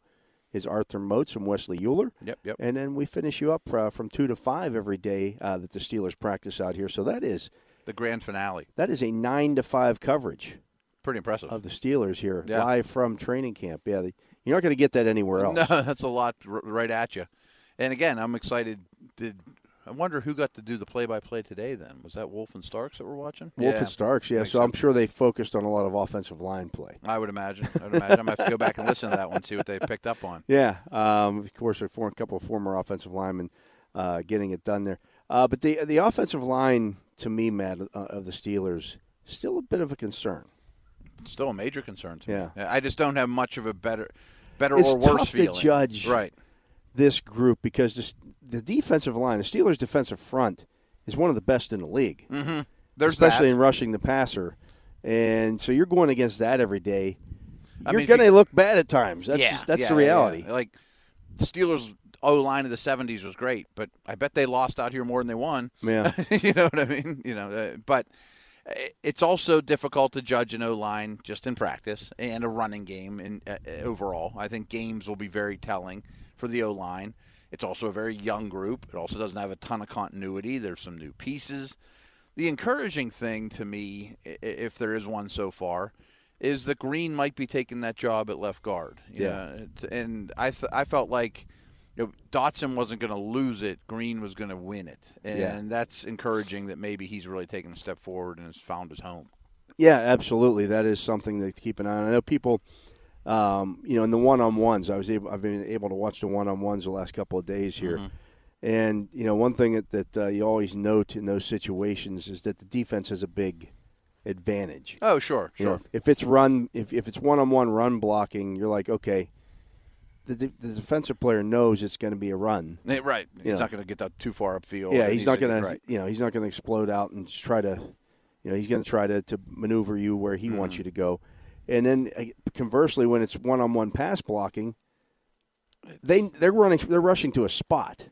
S4: is Arthur Motes and Wesley Euler.
S5: Yep, yep.
S4: And then we finish you up uh, from 2 to 5 every day uh, that the Steelers practice out here. So that is
S5: The grand finale.
S4: that is a nine to five coverage
S5: Pretty impressive.
S4: of the Steelers here,
S5: Yeah.
S4: live from training camp. Yeah, they, you're not going to get that anywhere else.
S5: No, that's a lot r- right at you. And again, I'm excited. Did I wonder who got to do the play-by-play today. Then was that Wolf and Starks that were watching?
S4: Wolf
S5: yeah,
S4: and Starks, yeah.
S5: Makes
S4: So I'm
S5: sense.
S4: sure they focused on a lot of offensive line play.
S5: I would imagine. I would imagine. I'm gonna have to go back and listen to that one see what they picked up on.
S4: Yeah, um, of course, a for- couple of former offensive linemen uh, getting it done there. Uh, but the the offensive line, to me, Matt, uh, of the Steelers, still a bit of a concern.
S5: It's still a major concern to
S4: Yeah.
S5: me. I just don't have much of a better, better
S4: It's
S5: or worse
S4: tough to
S5: feeling.
S4: judge.
S5: Right.
S4: This group, because this, the defensive line, the Steelers' defensive front, is one of the best in the league,
S5: Mm-hmm. There's
S4: especially
S5: that.
S4: in rushing the passer. And so you're going against that every day.
S5: I
S4: You're
S5: mean, if
S4: going to
S5: you-
S4: look bad at times. That's
S5: Yeah,
S4: just, that's
S5: yeah,
S4: the
S5: yeah, yeah.
S4: reality.
S5: Like the Steelers O line of the '70s was great, but I bet they lost out here more than they won.
S4: Yeah.
S5: you know what I mean? You know, uh, but i- it's also difficult to judge an O line just in practice and a running game in uh, uh, overall. I think games will be very telling for the O line. It's also a very young group. It also doesn't have a ton of continuity. There's some new pieces. The encouraging thing to me, i- i- if there is one so far, is that Green might be taking that job at left guard. You
S4: Yeah.
S5: know, it's- and I th- I felt like you know, Dotson wasn't going to lose it. Green was going to win it, and
S4: Yeah.
S5: that's encouraging that maybe he's really taken a step forward and has found his home.
S4: Yeah, absolutely. That is something to keep an eye on. I know people, um, you know, in the one-on-ones, I was able, I've been able to watch the one-on-ones the last couple of days here,
S5: Mm-hmm.
S4: and you know, one thing that, that uh, you always note in those situations is that the defense has a big advantage.
S5: Oh, sure,
S4: You know,
S5: sure.
S4: if it's run, if, if it's one-on-one run blocking, you're like, okay, the, de- the defensive player knows it's going to be a run.
S5: Eh, Right,
S4: Yeah.
S5: he's not going to get up too far upfield.
S4: Yeah,
S5: It
S4: he's
S5: needs
S4: not
S5: to-
S4: going to,
S5: right.
S4: you know, he's not going to explode out and just try to, you know, he's going to try to to maneuver you where he
S5: Mm.
S4: wants you to go. And then uh, conversely, when it's one on one pass blocking, they they're running, they're rushing to a spot.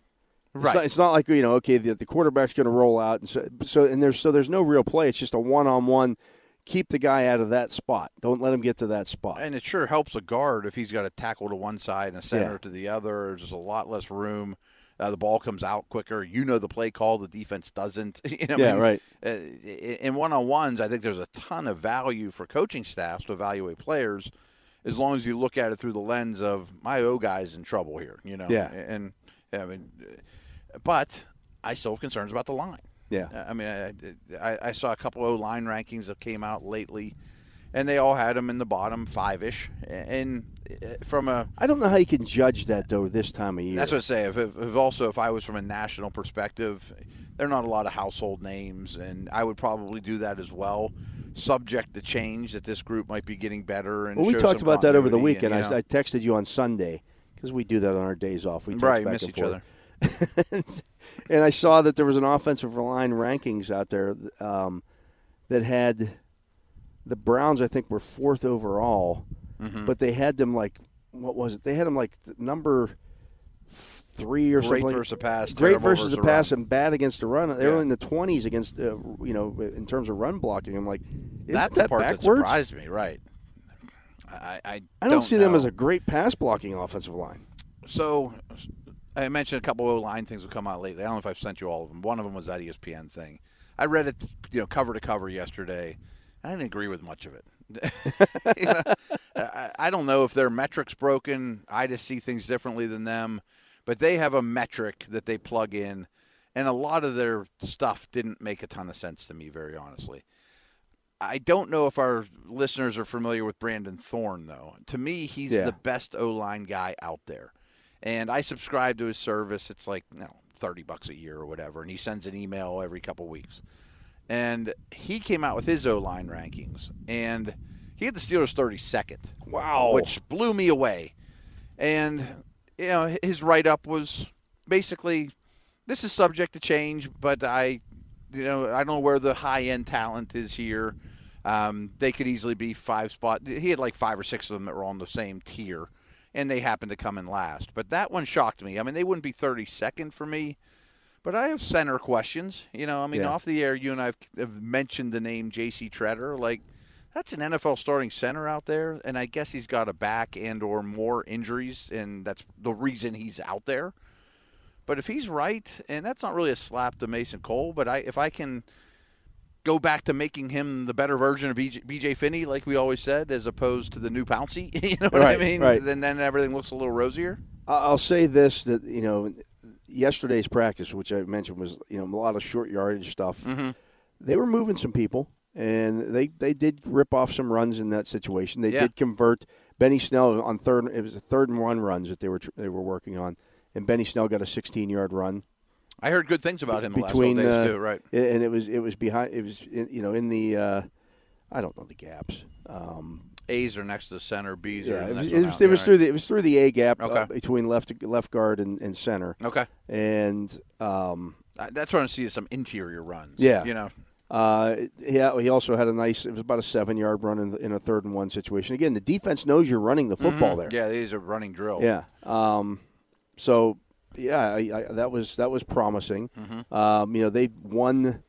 S4: It's
S5: Right.
S4: not, it's not like you know, okay, the, the quarterback's going to roll out, and so, so and there's so there's no real play. It's just a one on one. Keep the guy out of that spot. Don't let him get to that spot.
S5: And it sure helps a guard if he's got a tackle to one side and a center
S4: Yeah.
S5: to the other. There's a lot less room. Uh, the ball comes out quicker. You know the play call. The defense doesn't. You know, I
S4: Yeah,
S5: mean,
S4: right.
S5: uh, in one on ones, I think there's a ton of value for coaching staffs to evaluate players, as long as you look at it through the lens of my O guy's in trouble here. You know.
S4: Yeah.
S5: And I mean, uh, but I still have concerns about the line. Uh,
S4: Yeah.
S5: I mean, I, I, I saw a couple O line rankings that came out lately, and they all had them in the bottom five ish. And uh, from a
S4: I don't know how you can judge that though this time of year.
S5: that's what I say. If, if, if also if I was from a national perspective, there are not a lot of household names, and I would probably do that as well. Subject to change that this group might be getting better. And
S4: Well, we
S5: show
S4: talked
S5: some
S4: about that over the
S5: continuity
S4: weekend.
S5: and,
S4: I,
S5: you know.
S4: I texted you on Sunday because we do that on our days off. We text
S5: Right,
S4: back
S5: miss
S4: and
S5: each
S4: forth. and I saw that there was an offensive line rankings out there um, that had the Browns. I think were fourth overall,
S5: Mm-hmm. Hmm.
S4: but they had them like what was it? They had them like th- number f- three or
S5: Great
S4: something.
S5: versus a pass,
S4: Great
S5: terrible
S4: versus
S5: versus
S4: the
S5: a
S4: pass,
S5: run.
S4: and bad against the run. They were
S5: Yeah.
S4: in the twenties against, uh, you know, in terms of run blocking. I'm like, isn't
S5: that's
S4: that
S5: the part
S4: backwards?
S5: that surprised me. Right. I, I,
S4: I don't, see them
S5: know.
S4: as a great pass blocking offensive line.
S5: So I mentioned a couple of line things have come out lately. I don't know if I've sent you all of them. One of them was that E ESPN thing. I read it, you know, cover to cover yesterday. I didn't agree with much of it. You know, I, I don't know if their metrics broken. I just see things differently than them, but they have a metric that they plug in, and a lot of their stuff didn't make a ton of sense to me, very honestly. I don't know if our listeners are familiar with Brandon Thorne, though. To me, he's
S4: Yeah.
S5: the best O line guy out there. And I subscribe to his service. It's like, you know, 30 bucks a year or whatever. And he sends an email every couple weeks. And he came out with his O line rankings. And he had the Steelers 32nd. Wow. Which blew me away. And, you know, his write up was basically this is subject to change, but I, you know, I don't know where the high end talent is here. Um, they could easily be five spot. He had like five or six of them that were on the same tier, and they happened to come in last. But that one shocked me. I mean, they wouldn't be 32nd for me, but I have center questions. You know, I mean,
S4: Yeah.
S5: off the air, you and I have, have mentioned the name J.C. Treader. Like, that's an NFL starting center out there, and I guess he's got a back and or more injuries, and that's the reason he's out there. But if he's right, and that's not really a slap to Mason Cole, but I if I can go back to making him the better version of BJ, BJ Finney, like we always said, as opposed to the new Pouncy, you know what
S4: Right,
S5: I mean?
S4: right.
S5: Then then everything looks a little rosier.
S4: I- I'll say this that you know, yesterday's practice, which I mentioned was you know a lot of short yardage stuff. They were moving some people, and they they did rip off some runs in that situation. They
S5: Yeah.
S4: did convert Benny Snell on third. It was a third and one runs that they were tr- they were working on, and Benny Snell got a 16 yard run
S5: I heard good things about him the
S4: between
S5: last couple
S4: uh,
S5: days too. Right?
S4: a- and it was it was behind it was in, you know in the uh, I don't know the gaps. Um,
S5: A's are next to center. B's are.
S4: yeah,
S5: the
S4: it was, it
S5: next one
S4: was,
S5: out.
S4: it was
S5: Right.
S4: through the it was through the A gap uh,
S5: Okay.
S4: between left left guard and, and center,
S5: Okay,
S4: and um,
S5: Uh, that's what I see is some interior runs.
S4: Yeah.
S5: you know,
S4: uh, yeah, he also had a nice. It was about a seven yard run in, in a third and one situation. Again, the defense knows you're running the
S5: Mm-hmm.
S4: football there.
S5: yeah, these are running drill.
S4: Yeah. Um, so yeah, I, I, that was that was promising. Um, you know, they won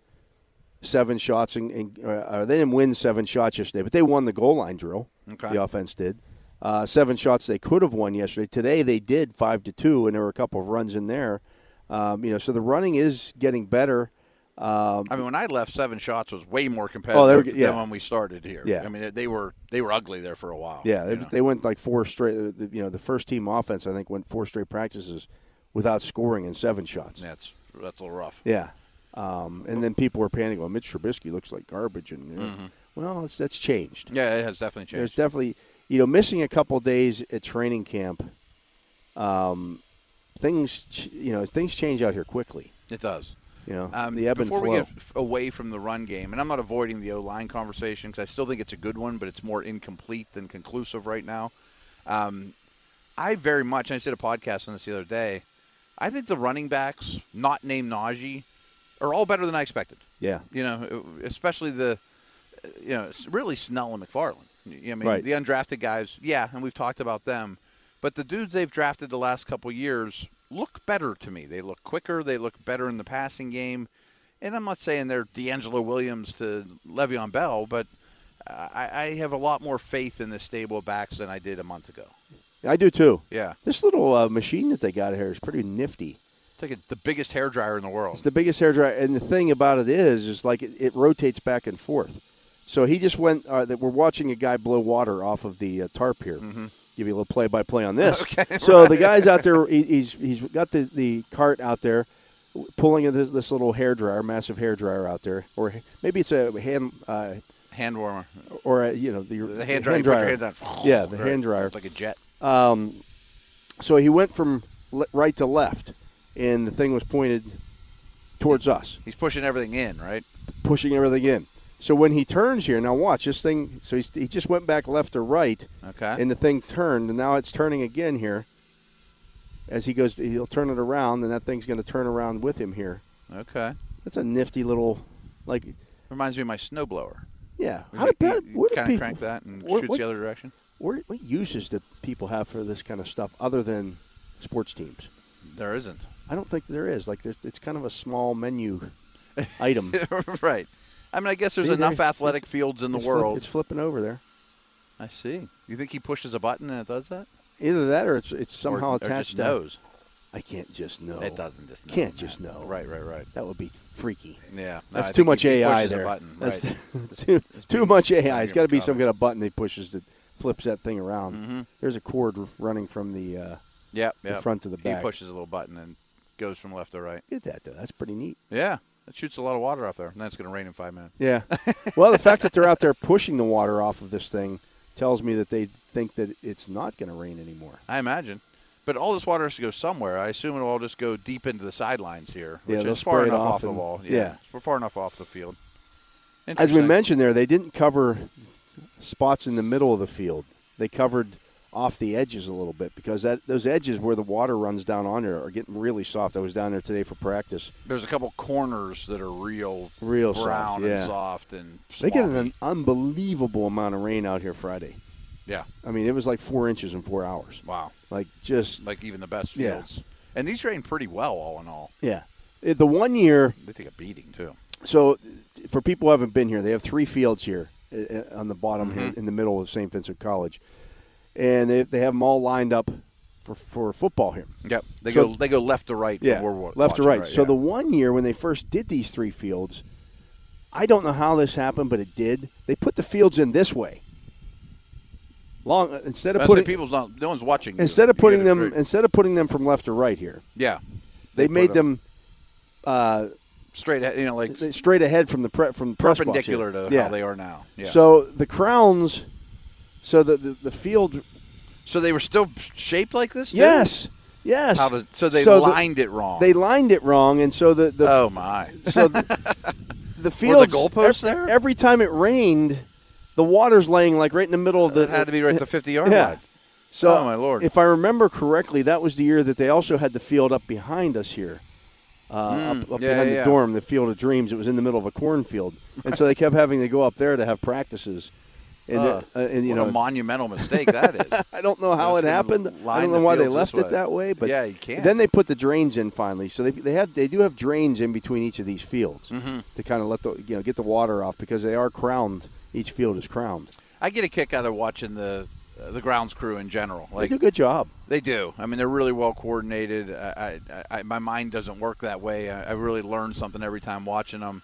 S4: seven shots, and, and uh, uh, they didn't win seven shots yesterday, but they won the goal line drill.
S5: Okay.
S4: The offense did. Uh, seven shots they could have won yesterday. Today they did five to two, and there were a couple of runs in there. Um, you know, so the running is getting better. Um,
S5: I mean, when I left, seven shots was way more competitive
S4: Oh, were- yeah.
S5: than when we started here.
S4: Yeah.
S5: I mean, they were they were ugly there for a while.
S4: yeah,
S5: you
S4: they,
S5: know.
S4: they went like four straight. uh, the- You know, the first team offense I think went four straight practices without scoring in seven shots.
S5: that's that's a little rough.
S4: Yeah. Um, and then people were panicking. Well, Mitch Trubisky looks like garbage, and you know,
S5: Mm-hmm.
S4: well, it's, that's changed.
S5: Yeah, it has definitely
S4: There's
S5: changed.
S4: definitely, you know, missing a couple days at training camp. Um, things, ch- you know, things change out here quickly.
S5: it does.
S4: You know,
S5: Um,
S4: the ebb and
S5: before
S4: flow.
S5: we get f- away from the run game, and I'm not avoiding the O line conversation because I still think it's a good one, but it's more incomplete than conclusive right now. Um, I very much, and I did a podcast on this the other day. I think the running backs, not named Najee, are all better than I expected.
S4: yeah,
S5: You know, especially the, you know, really Snell and McFarland. You know, I mean,
S4: Right.
S5: the undrafted guys, yeah, and we've talked about them, but the dudes they've drafted the last couple years look better to me. They look quicker. They look better in the passing game, and I'm not saying they're D'Angelo Williams to Le'Veon Bell, but I, I have a lot more faith in the stable of backs than I did a month ago.
S4: I do too.
S5: Yeah,
S4: This little uh, machine that they got here is pretty nifty.
S5: it's like a, the biggest hair dryer in the
S4: It's
S5: world.
S4: the biggest hair dryer, and the thing about it is, is like it, it rotates back and forth. So he just went. Uh, that we're watching a guy blow water off of the uh, tarp here.
S5: Mm-hmm.
S4: Give you a little play-by-play on this. so the guy's out there. He, he's he's got the, the cart out there, w- pulling in this, this little hair dryer, massive hair dryer out there, or h- maybe it's a hand uh,
S5: Hand warmer,
S4: or a, you know the,
S5: the hand dryer. you put your hands on.
S4: Yeah, the hand dryer.
S5: It's like a jet.
S4: So he went from le- right to left, and the thing was pointed towards us.
S5: He's pushing everything in, right?
S4: pushing everything in. So when he turns here, now watch this thing. So he's, he just went back left to right,
S5: Okay.
S4: and the thing turned, and now it's turning again here. As he goes, he'll turn it around, and that thing's going to turn around with him here.
S5: Okay.
S4: That's a nifty little, like,
S5: Reminds me of my snowblower.
S4: yeah. How do,
S5: you,
S4: how do-
S5: you
S4: where do
S5: kinda
S4: people-
S5: crank that and
S4: where-
S5: shoots
S4: what,
S5: the other direction?
S4: where- what uses do people have for this kind of stuff other than sports teams?
S5: There isn't.
S4: I don't think there is. Like, there's, it's kind of a small menu item.
S5: right. I mean, I guess there's
S4: See,
S5: enough
S4: there-
S5: athletic fields in the
S4: It's flip-
S5: world.
S4: it's flipping over there.
S5: I see. You think he pushes a button and it does that?
S4: Either that, or it's it's
S5: Or-
S4: somehow
S5: or,
S4: attached
S5: just
S4: to
S5: knows.
S4: I can't just know.
S5: It doesn't just know.
S4: Can't
S5: man.
S4: just know.
S5: Right, right, right.
S4: That would be freaky.
S5: Yeah. No,
S4: That's
S5: I
S4: too
S5: think
S4: much
S5: he- he
S4: AI
S5: pushes a
S4: there.
S5: button,
S4: That's
S5: right.
S4: too, too
S5: being-
S4: much
S5: being
S4: AI. It's got to be
S5: controlled.
S4: some kind of button they pushes that flips that thing around.
S5: Mm-hmm.
S4: There's a cord r- running from the. Uh,
S5: Yep,
S4: the
S5: yep.
S4: front to the back.
S5: He pushes a little button and goes from left to right.
S4: look at that though. That's pretty neat.
S5: Yeah. That shoots a lot of water off there. And that's going to rain in five minutes.
S4: Yeah. well, the fact that they're out there pushing the water off of this thing tells me that they think that it's not going to rain anymore.
S5: I imagine. But all this water has to go somewhere. I assume it'll all just go deep into the sidelines here,
S4: Yeah,
S5: which
S4: they'll
S5: is far
S4: spray it
S5: enough
S4: off
S5: off, the
S4: and-
S5: wall.
S4: yeah.
S5: it's far enough off the field.
S4: As we
S5: Interesting.
S4: mentioned there, they didn't cover spots in the middle of the field. They covered off the edges a little bit because that those edges where the water runs down on there are getting really soft. I was down there today for practice.
S5: there's a couple corners that are real,
S4: Real soft,
S5: brown
S4: yeah.
S5: and soft and
S4: They get
S5: sloppy.
S4: an unbelievable amount of rain out here Friday.
S5: yeah,
S4: I mean, it was like four inches in four hours.
S5: wow,
S4: Like just
S5: like even the best
S4: Yeah.
S5: fields. And these rain pretty well, all in all.
S4: yeah. It- The one year,
S5: They take a beating too.
S4: so for people who haven't been here, they have three fields here uh, uh, on the bottom
S5: Mm-hmm.
S4: here in the middle of St. Vincent College, and they, they have them all lined up for for football here.
S5: Yep, they
S4: So-
S5: go they go left to right.
S4: Yeah,
S5: from where we're
S4: left to
S5: watching,
S4: right. So
S5: yeah.
S4: the one year when they first did these three fields, I don't know how this happened, but it did. They put the fields in this way. Long instead of
S5: That's why
S4: putting
S5: people's not no one's watching. you.
S4: instead of
S5: You
S4: putting
S5: get a
S4: them
S5: great-
S4: instead of putting them from left to right here,
S5: yeah,
S4: They
S5: put
S4: made
S5: them
S4: them uh,
S5: straight, ahead, you know, like
S4: they- straight ahead from the pre- from the press box here.
S5: perpendicular to
S4: Yeah.
S5: how they are now. Yeah.
S4: So the crowns, so the the, the field.
S5: So they were still shaped like this. too?
S4: Yes, yes.
S5: How did, so they
S4: So the-
S5: lined it wrong.
S4: They lined it wrong, and so the the
S5: oh my!
S4: so the, the field
S5: goalposts there?
S4: Every time it rained, the water's laying like right in the middle of the.
S5: That had to be right at the fifty yard
S4: Yeah.
S5: line.
S4: So,
S5: Oh, my Lord.
S4: If I remember correctly, that was the year that they also had the field up behind us here, uh, up, up
S5: Hmm. yeah,
S4: behind
S5: yeah,
S4: the
S5: yeah.
S4: dorm, the Field of Dreams. It was in the middle of a cornfield, and so they kept having to go up there to have practices. And,
S5: Uh,
S4: uh, and you
S5: what a
S4: know,
S5: monumental mistake that is.
S4: I don't know how
S5: They're
S4: it
S5: just gonna
S4: happened. I
S5: line
S4: don't know
S5: the
S4: why they
S5: fields
S4: left
S5: this
S4: it
S5: way.
S4: that way, but
S5: Yeah, you can't.
S4: Then they put the drains in finally, so they, they have they do have drains in between each of these fields
S5: Mm-hmm.
S4: to kind of let the you know get the water off because they are crowned. Each field is crowned.
S5: I get a kick out of watching the uh, the grounds crew in general.
S4: They
S5: Like
S4: do a good job.
S5: They do. I mean, they're really well coordinated. I, I, I my mind doesn't work that way. I, I really learn something every time watching them,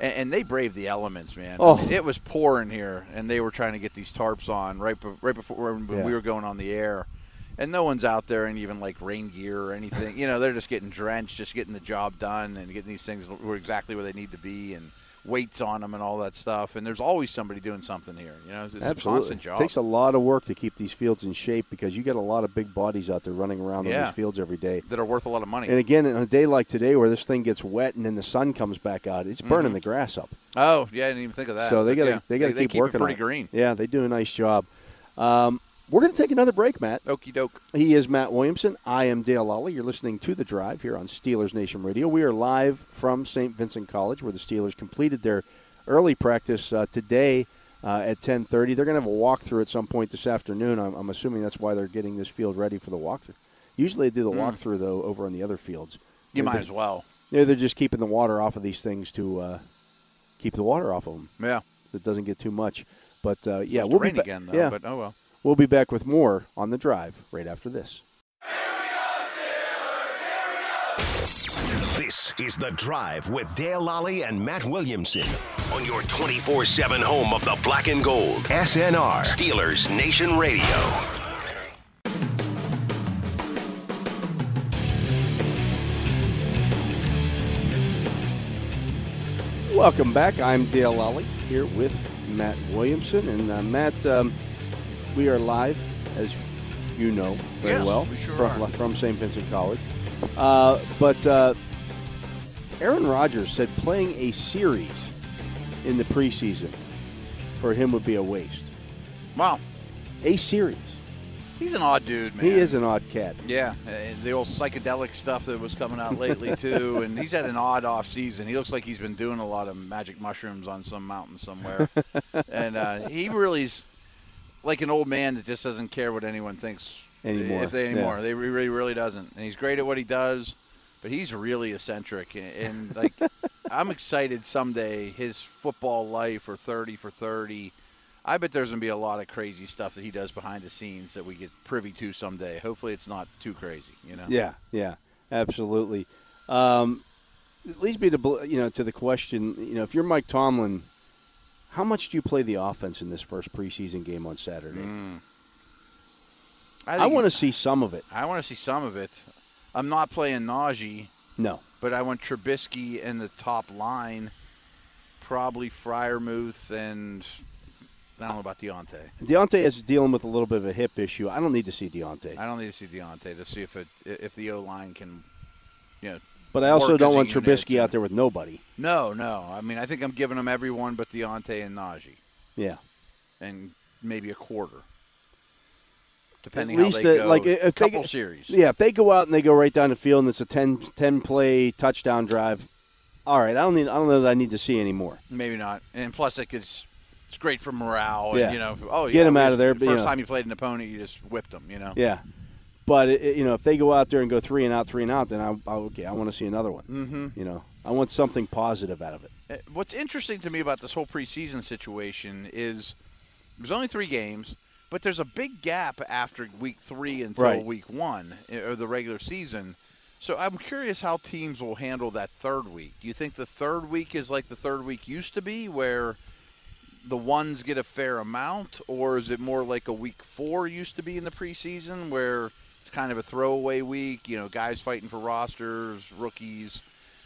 S5: and, and they brave the elements, man. I
S4: Oh.
S5: mean, it was pouring here, and they were trying to get these tarps on right be- right before when
S4: Yeah.
S5: we were going on the air, and no one's out there in even like rain gear or anything. you know, they're just getting drenched, just getting the job done, and getting these things where- exactly where they need to be, and weights on them and all that stuff. And there's always somebody doing something here. You know, it's, it's a
S4: Absolutely.
S5: constant job.
S4: takes a lot of work to keep these fields in shape because you got a lot of big bodies out there running around on
S5: Yeah.
S4: these fields every day.
S5: that are worth a lot of money.
S4: And again, on a day like today where this thing gets wet and then the sun comes back out,
S5: Mm-hmm.
S4: it's burning the grass up.
S5: Oh yeah, I didn't even think of that.
S4: So they
S5: But
S4: got to
S5: yeah,
S4: they got to
S5: they
S4: keep,
S5: keep
S4: working.
S5: It
S4: on
S5: pretty
S4: it.
S5: green.
S4: Yeah, they do a nice job. Um, we're going to take another break, Matt.
S5: Okie doke.
S4: He is Matt Williamson. I am Dale Lally. You're listening to The Drive here on Steelers Nation Radio. We are live from St. Vincent College, where the Steelers completed their early practice uh, today uh, at 10:30. They're going to have a walkthrough at some point this afternoon. I'm, I'm assuming that's why they're getting this field ready for the walkthrough. Usually, they do the walkthrough though over on the other fields.
S5: Hmm. You
S4: Maybe
S5: might
S4: they're-
S5: as well.
S4: Maybe they're just keeping the water off of these things to uh, keep the water off of them.
S5: Yeah.
S4: That doesn't get too much. But uh, yeah,
S5: Supposed to
S4: we'll
S5: rain
S4: be ba-
S5: again though.
S4: yeah.
S5: But oh well.
S4: We'll be back with more on the drive right after this.
S3: This is The Drive with Dale Lally and Matt Williamson on your 24 7 home of the black and gold. SNR, Steelers Nation Radio.
S4: Welcome back. I'm Dale Lally here with Matt Williamson. And uh, Matt, um, we are live, as you know very
S5: Yes,
S4: well,
S5: we sure
S4: from,
S5: are.
S4: from St. Vincent College. Uh, but uh, Aaron Rodgers said playing a series in the preseason for him would be a waste.
S5: Wow.
S4: A series.
S5: He's an odd dude, man.
S4: He is an odd cat.
S5: Yeah, and the old psychedelic stuff that was coming out lately too, and he's had an odd off season. He looks like he's been doing a lot of magic mushrooms on some mountain somewhere, and uh, he really's like an old man that just doesn't care what anyone thinks
S4: Anymore,
S5: If they
S4: yeah.
S5: anymore, they really, really doesn't. And he's great at what he does, but he's really eccentric. And, and like, I'm excited someday his football life or 30 for 30. I bet there's gonna be a lot of crazy stuff that he does behind the scenes that we get privy to someday. Hopefully, it's not too crazy, you know.
S4: Yeah, yeah, absolutely. Um, it leads me to bel- you know to the question, you know, if you're Mike Tomlin, how much do you play the offense in this first preseason game on Saturday?
S5: Mm.
S4: I want to see some of it.
S5: I want to see some of it. I'm not playing Najee,
S4: No,
S5: but I want Trubisky in the top line, probably Fryermuth, and I don't know about Deontay.
S4: Deontay is dealing with a little bit of a hip issue. I don't need to see Deontay,
S5: I don't need to see Deontay to see if it if the O line can, you know.
S4: but I also
S5: work
S4: don't
S5: as a
S4: want
S5: unit
S4: Trubisky
S5: and-
S4: out there with nobody.
S5: No, no. I mean, I think I'm giving them everyone but Deontay and Najee,
S4: Yeah,
S5: and maybe a quarter, depending
S4: at least
S5: how they
S4: uh,
S5: go.
S4: like if they
S5: couple series.
S4: Yeah, if they go out and they go right down the field and it's a 10, 10 play touchdown drive, all right. I don't need. I don't know that I need to see anymore.
S5: Maybe not. And plus, it gets it's great for morale. And,
S4: Yeah.
S5: You know, oh
S4: Get
S5: yeah,
S4: him
S5: we
S4: out
S5: just-
S4: of there,
S5: the
S4: but, you
S5: First
S4: know.
S5: time you played an opponent, you just whipped them. You know.
S4: Yeah, but it, it- you know, if they go out there and go three and out, three and out, then I, I okay, I want to see another one. Mm-hmm. You know, I want something positive out of it.
S5: Uh, What's interesting to me about this whole preseason situation is there's only three games, but there's a big gap after week three until
S4: Right.
S5: week one uh, or the regular season. So I'm curious how teams will handle that third week. Do you think the third week is like the third week used to be, where the ones get a fair amount, or is it more like a week four used to be in the preseason, where it's it's kind of a throwaway week. You know, guys fighting for rosters, rookies,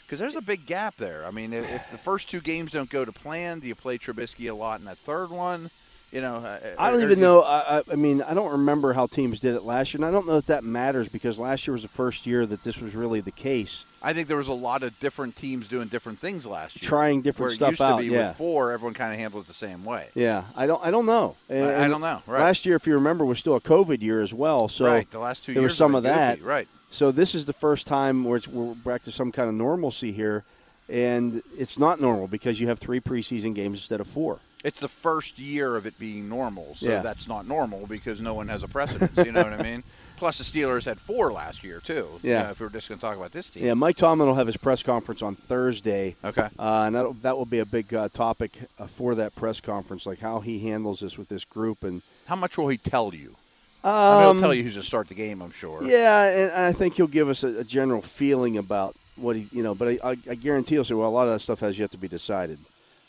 S5: because there's a big gap there. I mean, if, if the first two games don't go to plan, do you play Trubisky a lot in that third one? You know, uh,
S4: I
S5: or-
S4: don't
S5: or
S4: even
S5: do you-
S4: know. I, I- I mean, I don't remember how teams did it last year, and I don't know if that matters because last year was the first year that this was really the case.
S5: I think there was a lot of different teams doing different things last year.
S4: Trying different
S5: Where it
S4: stuff
S5: used to
S4: out,
S5: be
S4: yeah.
S5: with four, everyone kind of handled it the same way.
S4: Yeah, I don't. I don't know.
S5: I
S4: And
S5: don't know, right.
S4: Last year, if you remember, was still a COVID year as well. So
S5: right. The last two
S4: there
S5: years
S4: was some
S5: were
S4: of that.
S5: goofy, Right.
S4: So this is the first time where it's, we're back to some kind of normalcy here, and it's not normal because you have three preseason games instead of four.
S5: It's the first year of it being normal, so
S4: Yeah.
S5: that's not normal because no one has a precedence. you know what I mean? Plus, the Steelers had four last year too. you
S4: Yeah.
S5: know, if we're just going to talk about this team.
S4: Yeah, Mike Tomlin will have his press conference on Thursday.
S5: Okay.
S4: Uh, and that'll, that will be a big uh, topic uh, for that press conference, like how he handles this with this group. And
S5: How much will he tell you? I mean,
S4: Um,
S5: he'll tell you who's going to start the game. I'm sure.
S4: yeah, and I think he'll give us a, a general feeling about what he, you know, but I, I, I guarantee he'll say, well, a lot of that stuff has yet to be decided.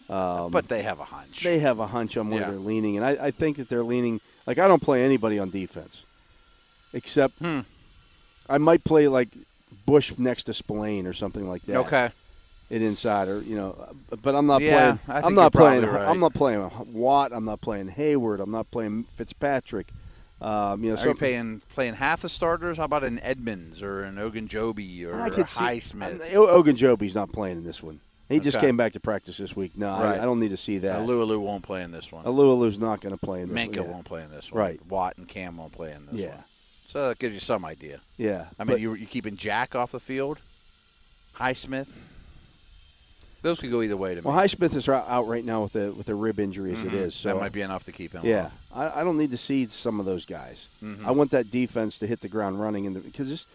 S5: But they have a hunch.
S4: They have a hunch on where
S5: Yeah.
S4: they're leaning, and I, I think that they're leaning. Like I don't play anybody on defense, except
S5: Hmm.
S4: I might play like Bush next to Spillane or something like that.
S5: Okay.
S4: an insider, you know. But I'm not
S5: Yeah,
S4: playing.
S5: I think
S4: I'm not
S5: you're probably
S4: playing.
S5: right.
S4: I'm not playing Watt. I'm not playing Hayward. I'm not playing Fitzpatrick. Um, you know,
S5: Are
S4: so
S5: you paying playing half the starters? How about an Edmonds or an Ogunjobi or
S4: I
S5: a
S4: could see
S5: Highsmith?
S4: I- O- Ogunjobi's not playing in this one. He just
S5: Okay.
S4: came back to practice this week. No, I-
S5: Right.
S4: I, don't need to see that.
S5: Alualu won't play in this one.
S4: Alualu's not going to play in this
S5: Minka
S4: one.
S5: won't play in this one.
S4: Right.
S5: Watt and Cam won't play in this
S4: Yeah.
S5: one. So that gives you some idea.
S4: Yeah. yeah.
S5: I mean,
S4: But-
S5: you you keeping Jack off the field, Highsmith. Those could go either way to me.
S4: well, Highsmith is out- out right now with a with a rib injury as it is. So
S5: Mm-hmm. that might be enough to keep him.
S4: Yeah,
S5: off.
S4: I, I don't need to see some of those guys.
S5: Mm-hmm.
S4: I want that defense to hit the ground running, and because this,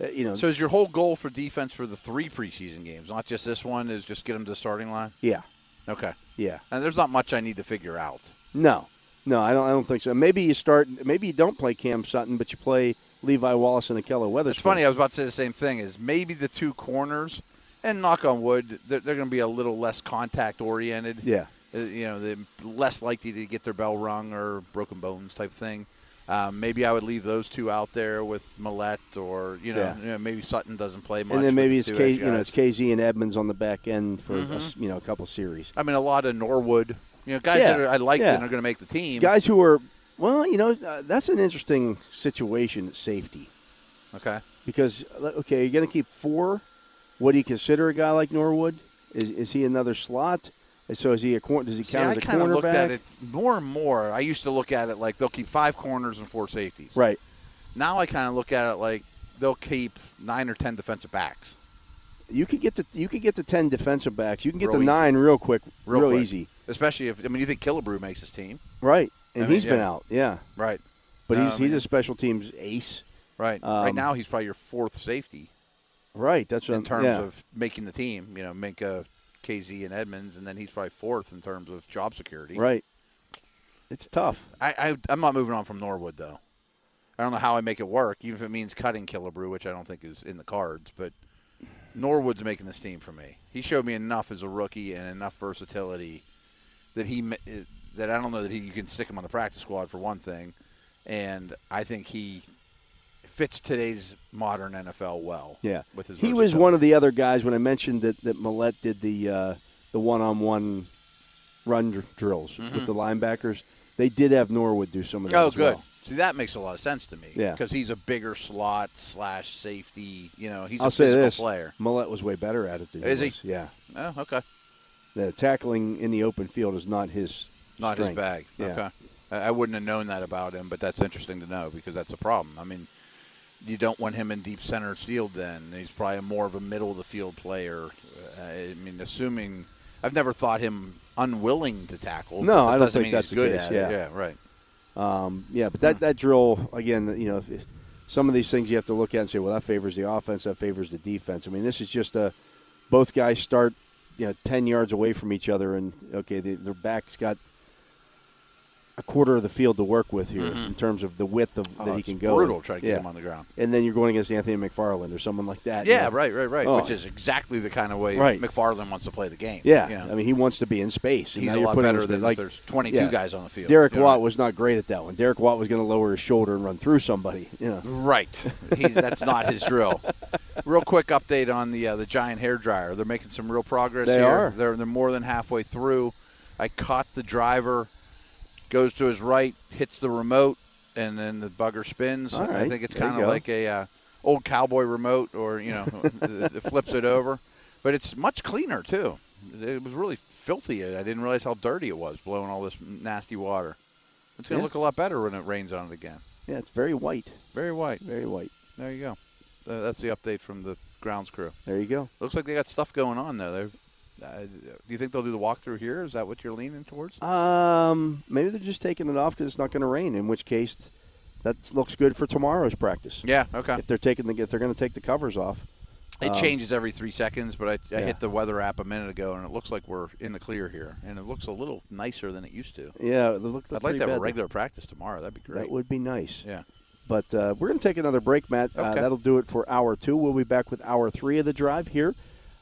S4: uh, you know,
S5: So is your whole goal for defense for the three preseason games, not just this one, is just get him to the starting line?
S4: yeah,
S5: Okay.
S4: yeah.
S5: And there's not much I need to figure out.
S4: No, no, I don't. I don't think so. Maybe you start. Maybe you don't play Cam Sutton, but you play Levi Wallace and Akella Weathers.
S5: It's funny. I was about to say the same thing. Is maybe the two corners, and knock on wood, they're, they're going to be a little less contact oriented.
S4: Yeah.
S5: Uh, you know, they're less likely to get their bell rung or broken bones type thing. Um, maybe I would leave those two out there with Millette or you know,
S4: Yeah.
S5: you know, maybe Sutton doesn't play much.
S4: And
S5: with
S4: then maybe
S5: the
S4: it's
S5: two
S4: K,
S5: edge
S4: you know
S5: guys. Mm-hmm.
S4: it's KZ and Edmonds on the back end for a s you know a couple series.
S5: I mean, a lot of Norwood. You know, guys
S4: Yeah.
S5: that are, I like
S4: Yeah.
S5: that are going to make the team.
S4: Guys who are well, you know, uh, that's an interesting situation at safety
S5: Okay.
S4: because uh, okay, you're going to keep four. What do you consider a guy like Norwood? Is is he another slot? And So is he a corner? Does he
S5: See,
S4: count
S5: I
S4: as a
S5: kind of
S4: cornerback?
S5: looked at it more and more. I used to look at it like they'll keep five corners and four safeties.
S4: Right.
S5: Now I kind of look at it like they'll keep nine or ten defensive backs.
S4: You could get the you could get the ten defensive backs. You can get
S5: Real
S4: the
S5: easy.
S4: nine real quick, real,
S5: quick.
S4: easy.
S5: Especially if I mean you think Killebrew makes his team,
S4: Right. And
S5: I
S4: he's
S5: mean,
S4: been
S5: yeah.
S4: out. Yeah.
S5: right?
S4: But
S5: No,
S4: he's,
S5: I
S4: he's
S5: mean-
S4: a special teams ace.
S5: Right.
S4: Um,
S5: right now he's probably your fourth safety
S4: Right. That's what
S5: in
S4: I'm,
S5: terms
S4: yeah.
S5: of making the team. You know, Minka, KZ, and Edmonds, and then he's probably fourth in terms of job security.
S4: Right. It's tough.
S5: I, I I'm not moving on from Norwood though. I don't know how I make it work, even if it means cutting Killebrew, which I don't think is in the cards. But Norwood's making this team for me. He showed me enough as a rookie and enough versatility that he ma- eh, that I don't know that he, you can stick him on the practice squad for one thing, and I think he fits today's modern NFL well.
S4: Yeah.
S5: with his
S4: he was
S5: versatility.
S4: one of the other guys when I mentioned that that Millette did the uh, the one on one run dr- drills with the linebackers. They did have Norwood do some of that.
S5: Mm-hmm. Oh,
S4: as
S5: good.
S4: well.
S5: See, that makes a lot of sense to me.
S4: Yeah.
S5: because he's a bigger slot slash safety. You know, he's
S4: I'll
S5: a
S4: say
S5: physical
S4: this:
S5: player.
S4: Millette was way better at it than
S5: Is he?
S4: was. Yeah.
S5: Oh, okay.
S4: The tackling in the open field is not his.
S5: Not
S4: strength.
S5: his bag.
S4: Yeah.
S5: Okay. I I wouldn't have known that about him, but that's interesting to know because that's a problem. I mean, you don't want him in deep center field then. He's probably more of a middle of the field player. Uh, I mean, assuming I've never thought him unwilling to tackle.
S4: No,
S5: but that
S4: I don't
S5: doesn't
S4: think
S5: mean
S4: that's
S5: he's
S4: the
S5: good
S4: case,
S5: at
S4: yeah.
S5: it. Yeah, right.
S4: Um, yeah, but that, that drill again, you know, if, if some of these things you have to look at and say, well, that favors the offense, that favors the defense. I mean, this is just a both guys start, you know, ten yards away from each other, and okay, the, their back's got a quarter of the field to work with here
S2: Mhm.
S4: in terms of the width of
S5: Mm-hmm. Oh,
S4: that he
S5: it's
S4: can go.
S5: brutal trying to get
S4: Yeah.
S5: him on the ground.
S4: And then you're going against Anthony McFarland or someone like that. you
S5: Yeah,
S4: know?
S5: right, right, right.
S4: Oh.
S5: Which is exactly the kind of way
S4: Right.
S5: McFarland wants to play the game.
S4: Yeah,
S5: you know?
S4: I mean, he wants to be in space. and
S5: he's
S4: now
S5: a
S4: you're
S5: lot
S4: putting him
S5: better
S4: in
S5: than
S4: space.
S5: if there's 22
S4: yeah.
S5: guys on the field.
S4: Derek
S5: you know?
S4: Watt was not great at that one. Derek Watt was going to lower his shoulder and run through somebody. You know.
S5: Right. He's, that's not his drill. Real quick update on the uh, the giant hair dryer. They're making some real progress
S4: They
S5: here.
S4: are.
S5: They're they're more than halfway through. I caught the driver, goes to his right, hits the remote, and then the bugger spins.
S4: All
S5: I
S4: right.
S5: think it's
S4: There you
S5: kind of
S4: go.
S5: like a uh, old cowboy remote, or you know, it it flips it over. But it's much cleaner too. It was really filthy. I didn't realize how dirty it was blowing all this nasty water. It's going to
S4: Yeah.
S5: look a lot better when it rains on it again.
S4: Yeah, it's very white.
S5: Very white.
S4: Very white.
S5: There you go. Uh, that's the update from the grounds crew.
S4: There you go.
S5: Looks like they got stuff going on though. They're, uh, do you think they'll do the walkthrough here? Is that what you're leaning towards?
S4: Um, maybe they're just taking it off because it's not going to rain. In which case, that looks good for tomorrow's practice.
S5: Yeah. Okay.
S4: If they're taking the, if they're going to take the covers off,
S5: It
S4: um,
S5: changes every three seconds, but I, I
S4: Yeah.
S5: hit the weather app a minute ago, and it looks like we're in the clear here, and it looks a little nicer than it used to.
S4: yeah, they look.
S5: I'd like to have
S4: bad.
S5: a regular practice tomorrow. That'd be great.
S4: That would be nice.
S5: yeah.
S4: But uh, we're going to take another break, Matt. Uh,
S5: Okay.
S4: that'll do it for hour two. We'll be back with hour three of the drive here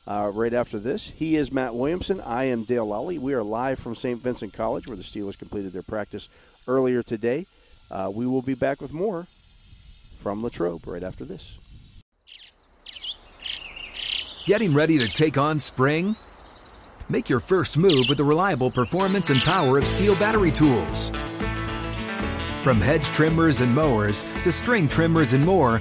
S4: uh, right after this. He is Matt Williamson. I am Dale Lally. We are live from St. Vincent College, where the Steelers completed their practice earlier today. Uh, we will be back with more from Latrobe right after this.
S7: Getting ready to take on spring? Make your first move with the reliable performance and power of steel battery tools. From hedge trimmers and mowers to string trimmers and more,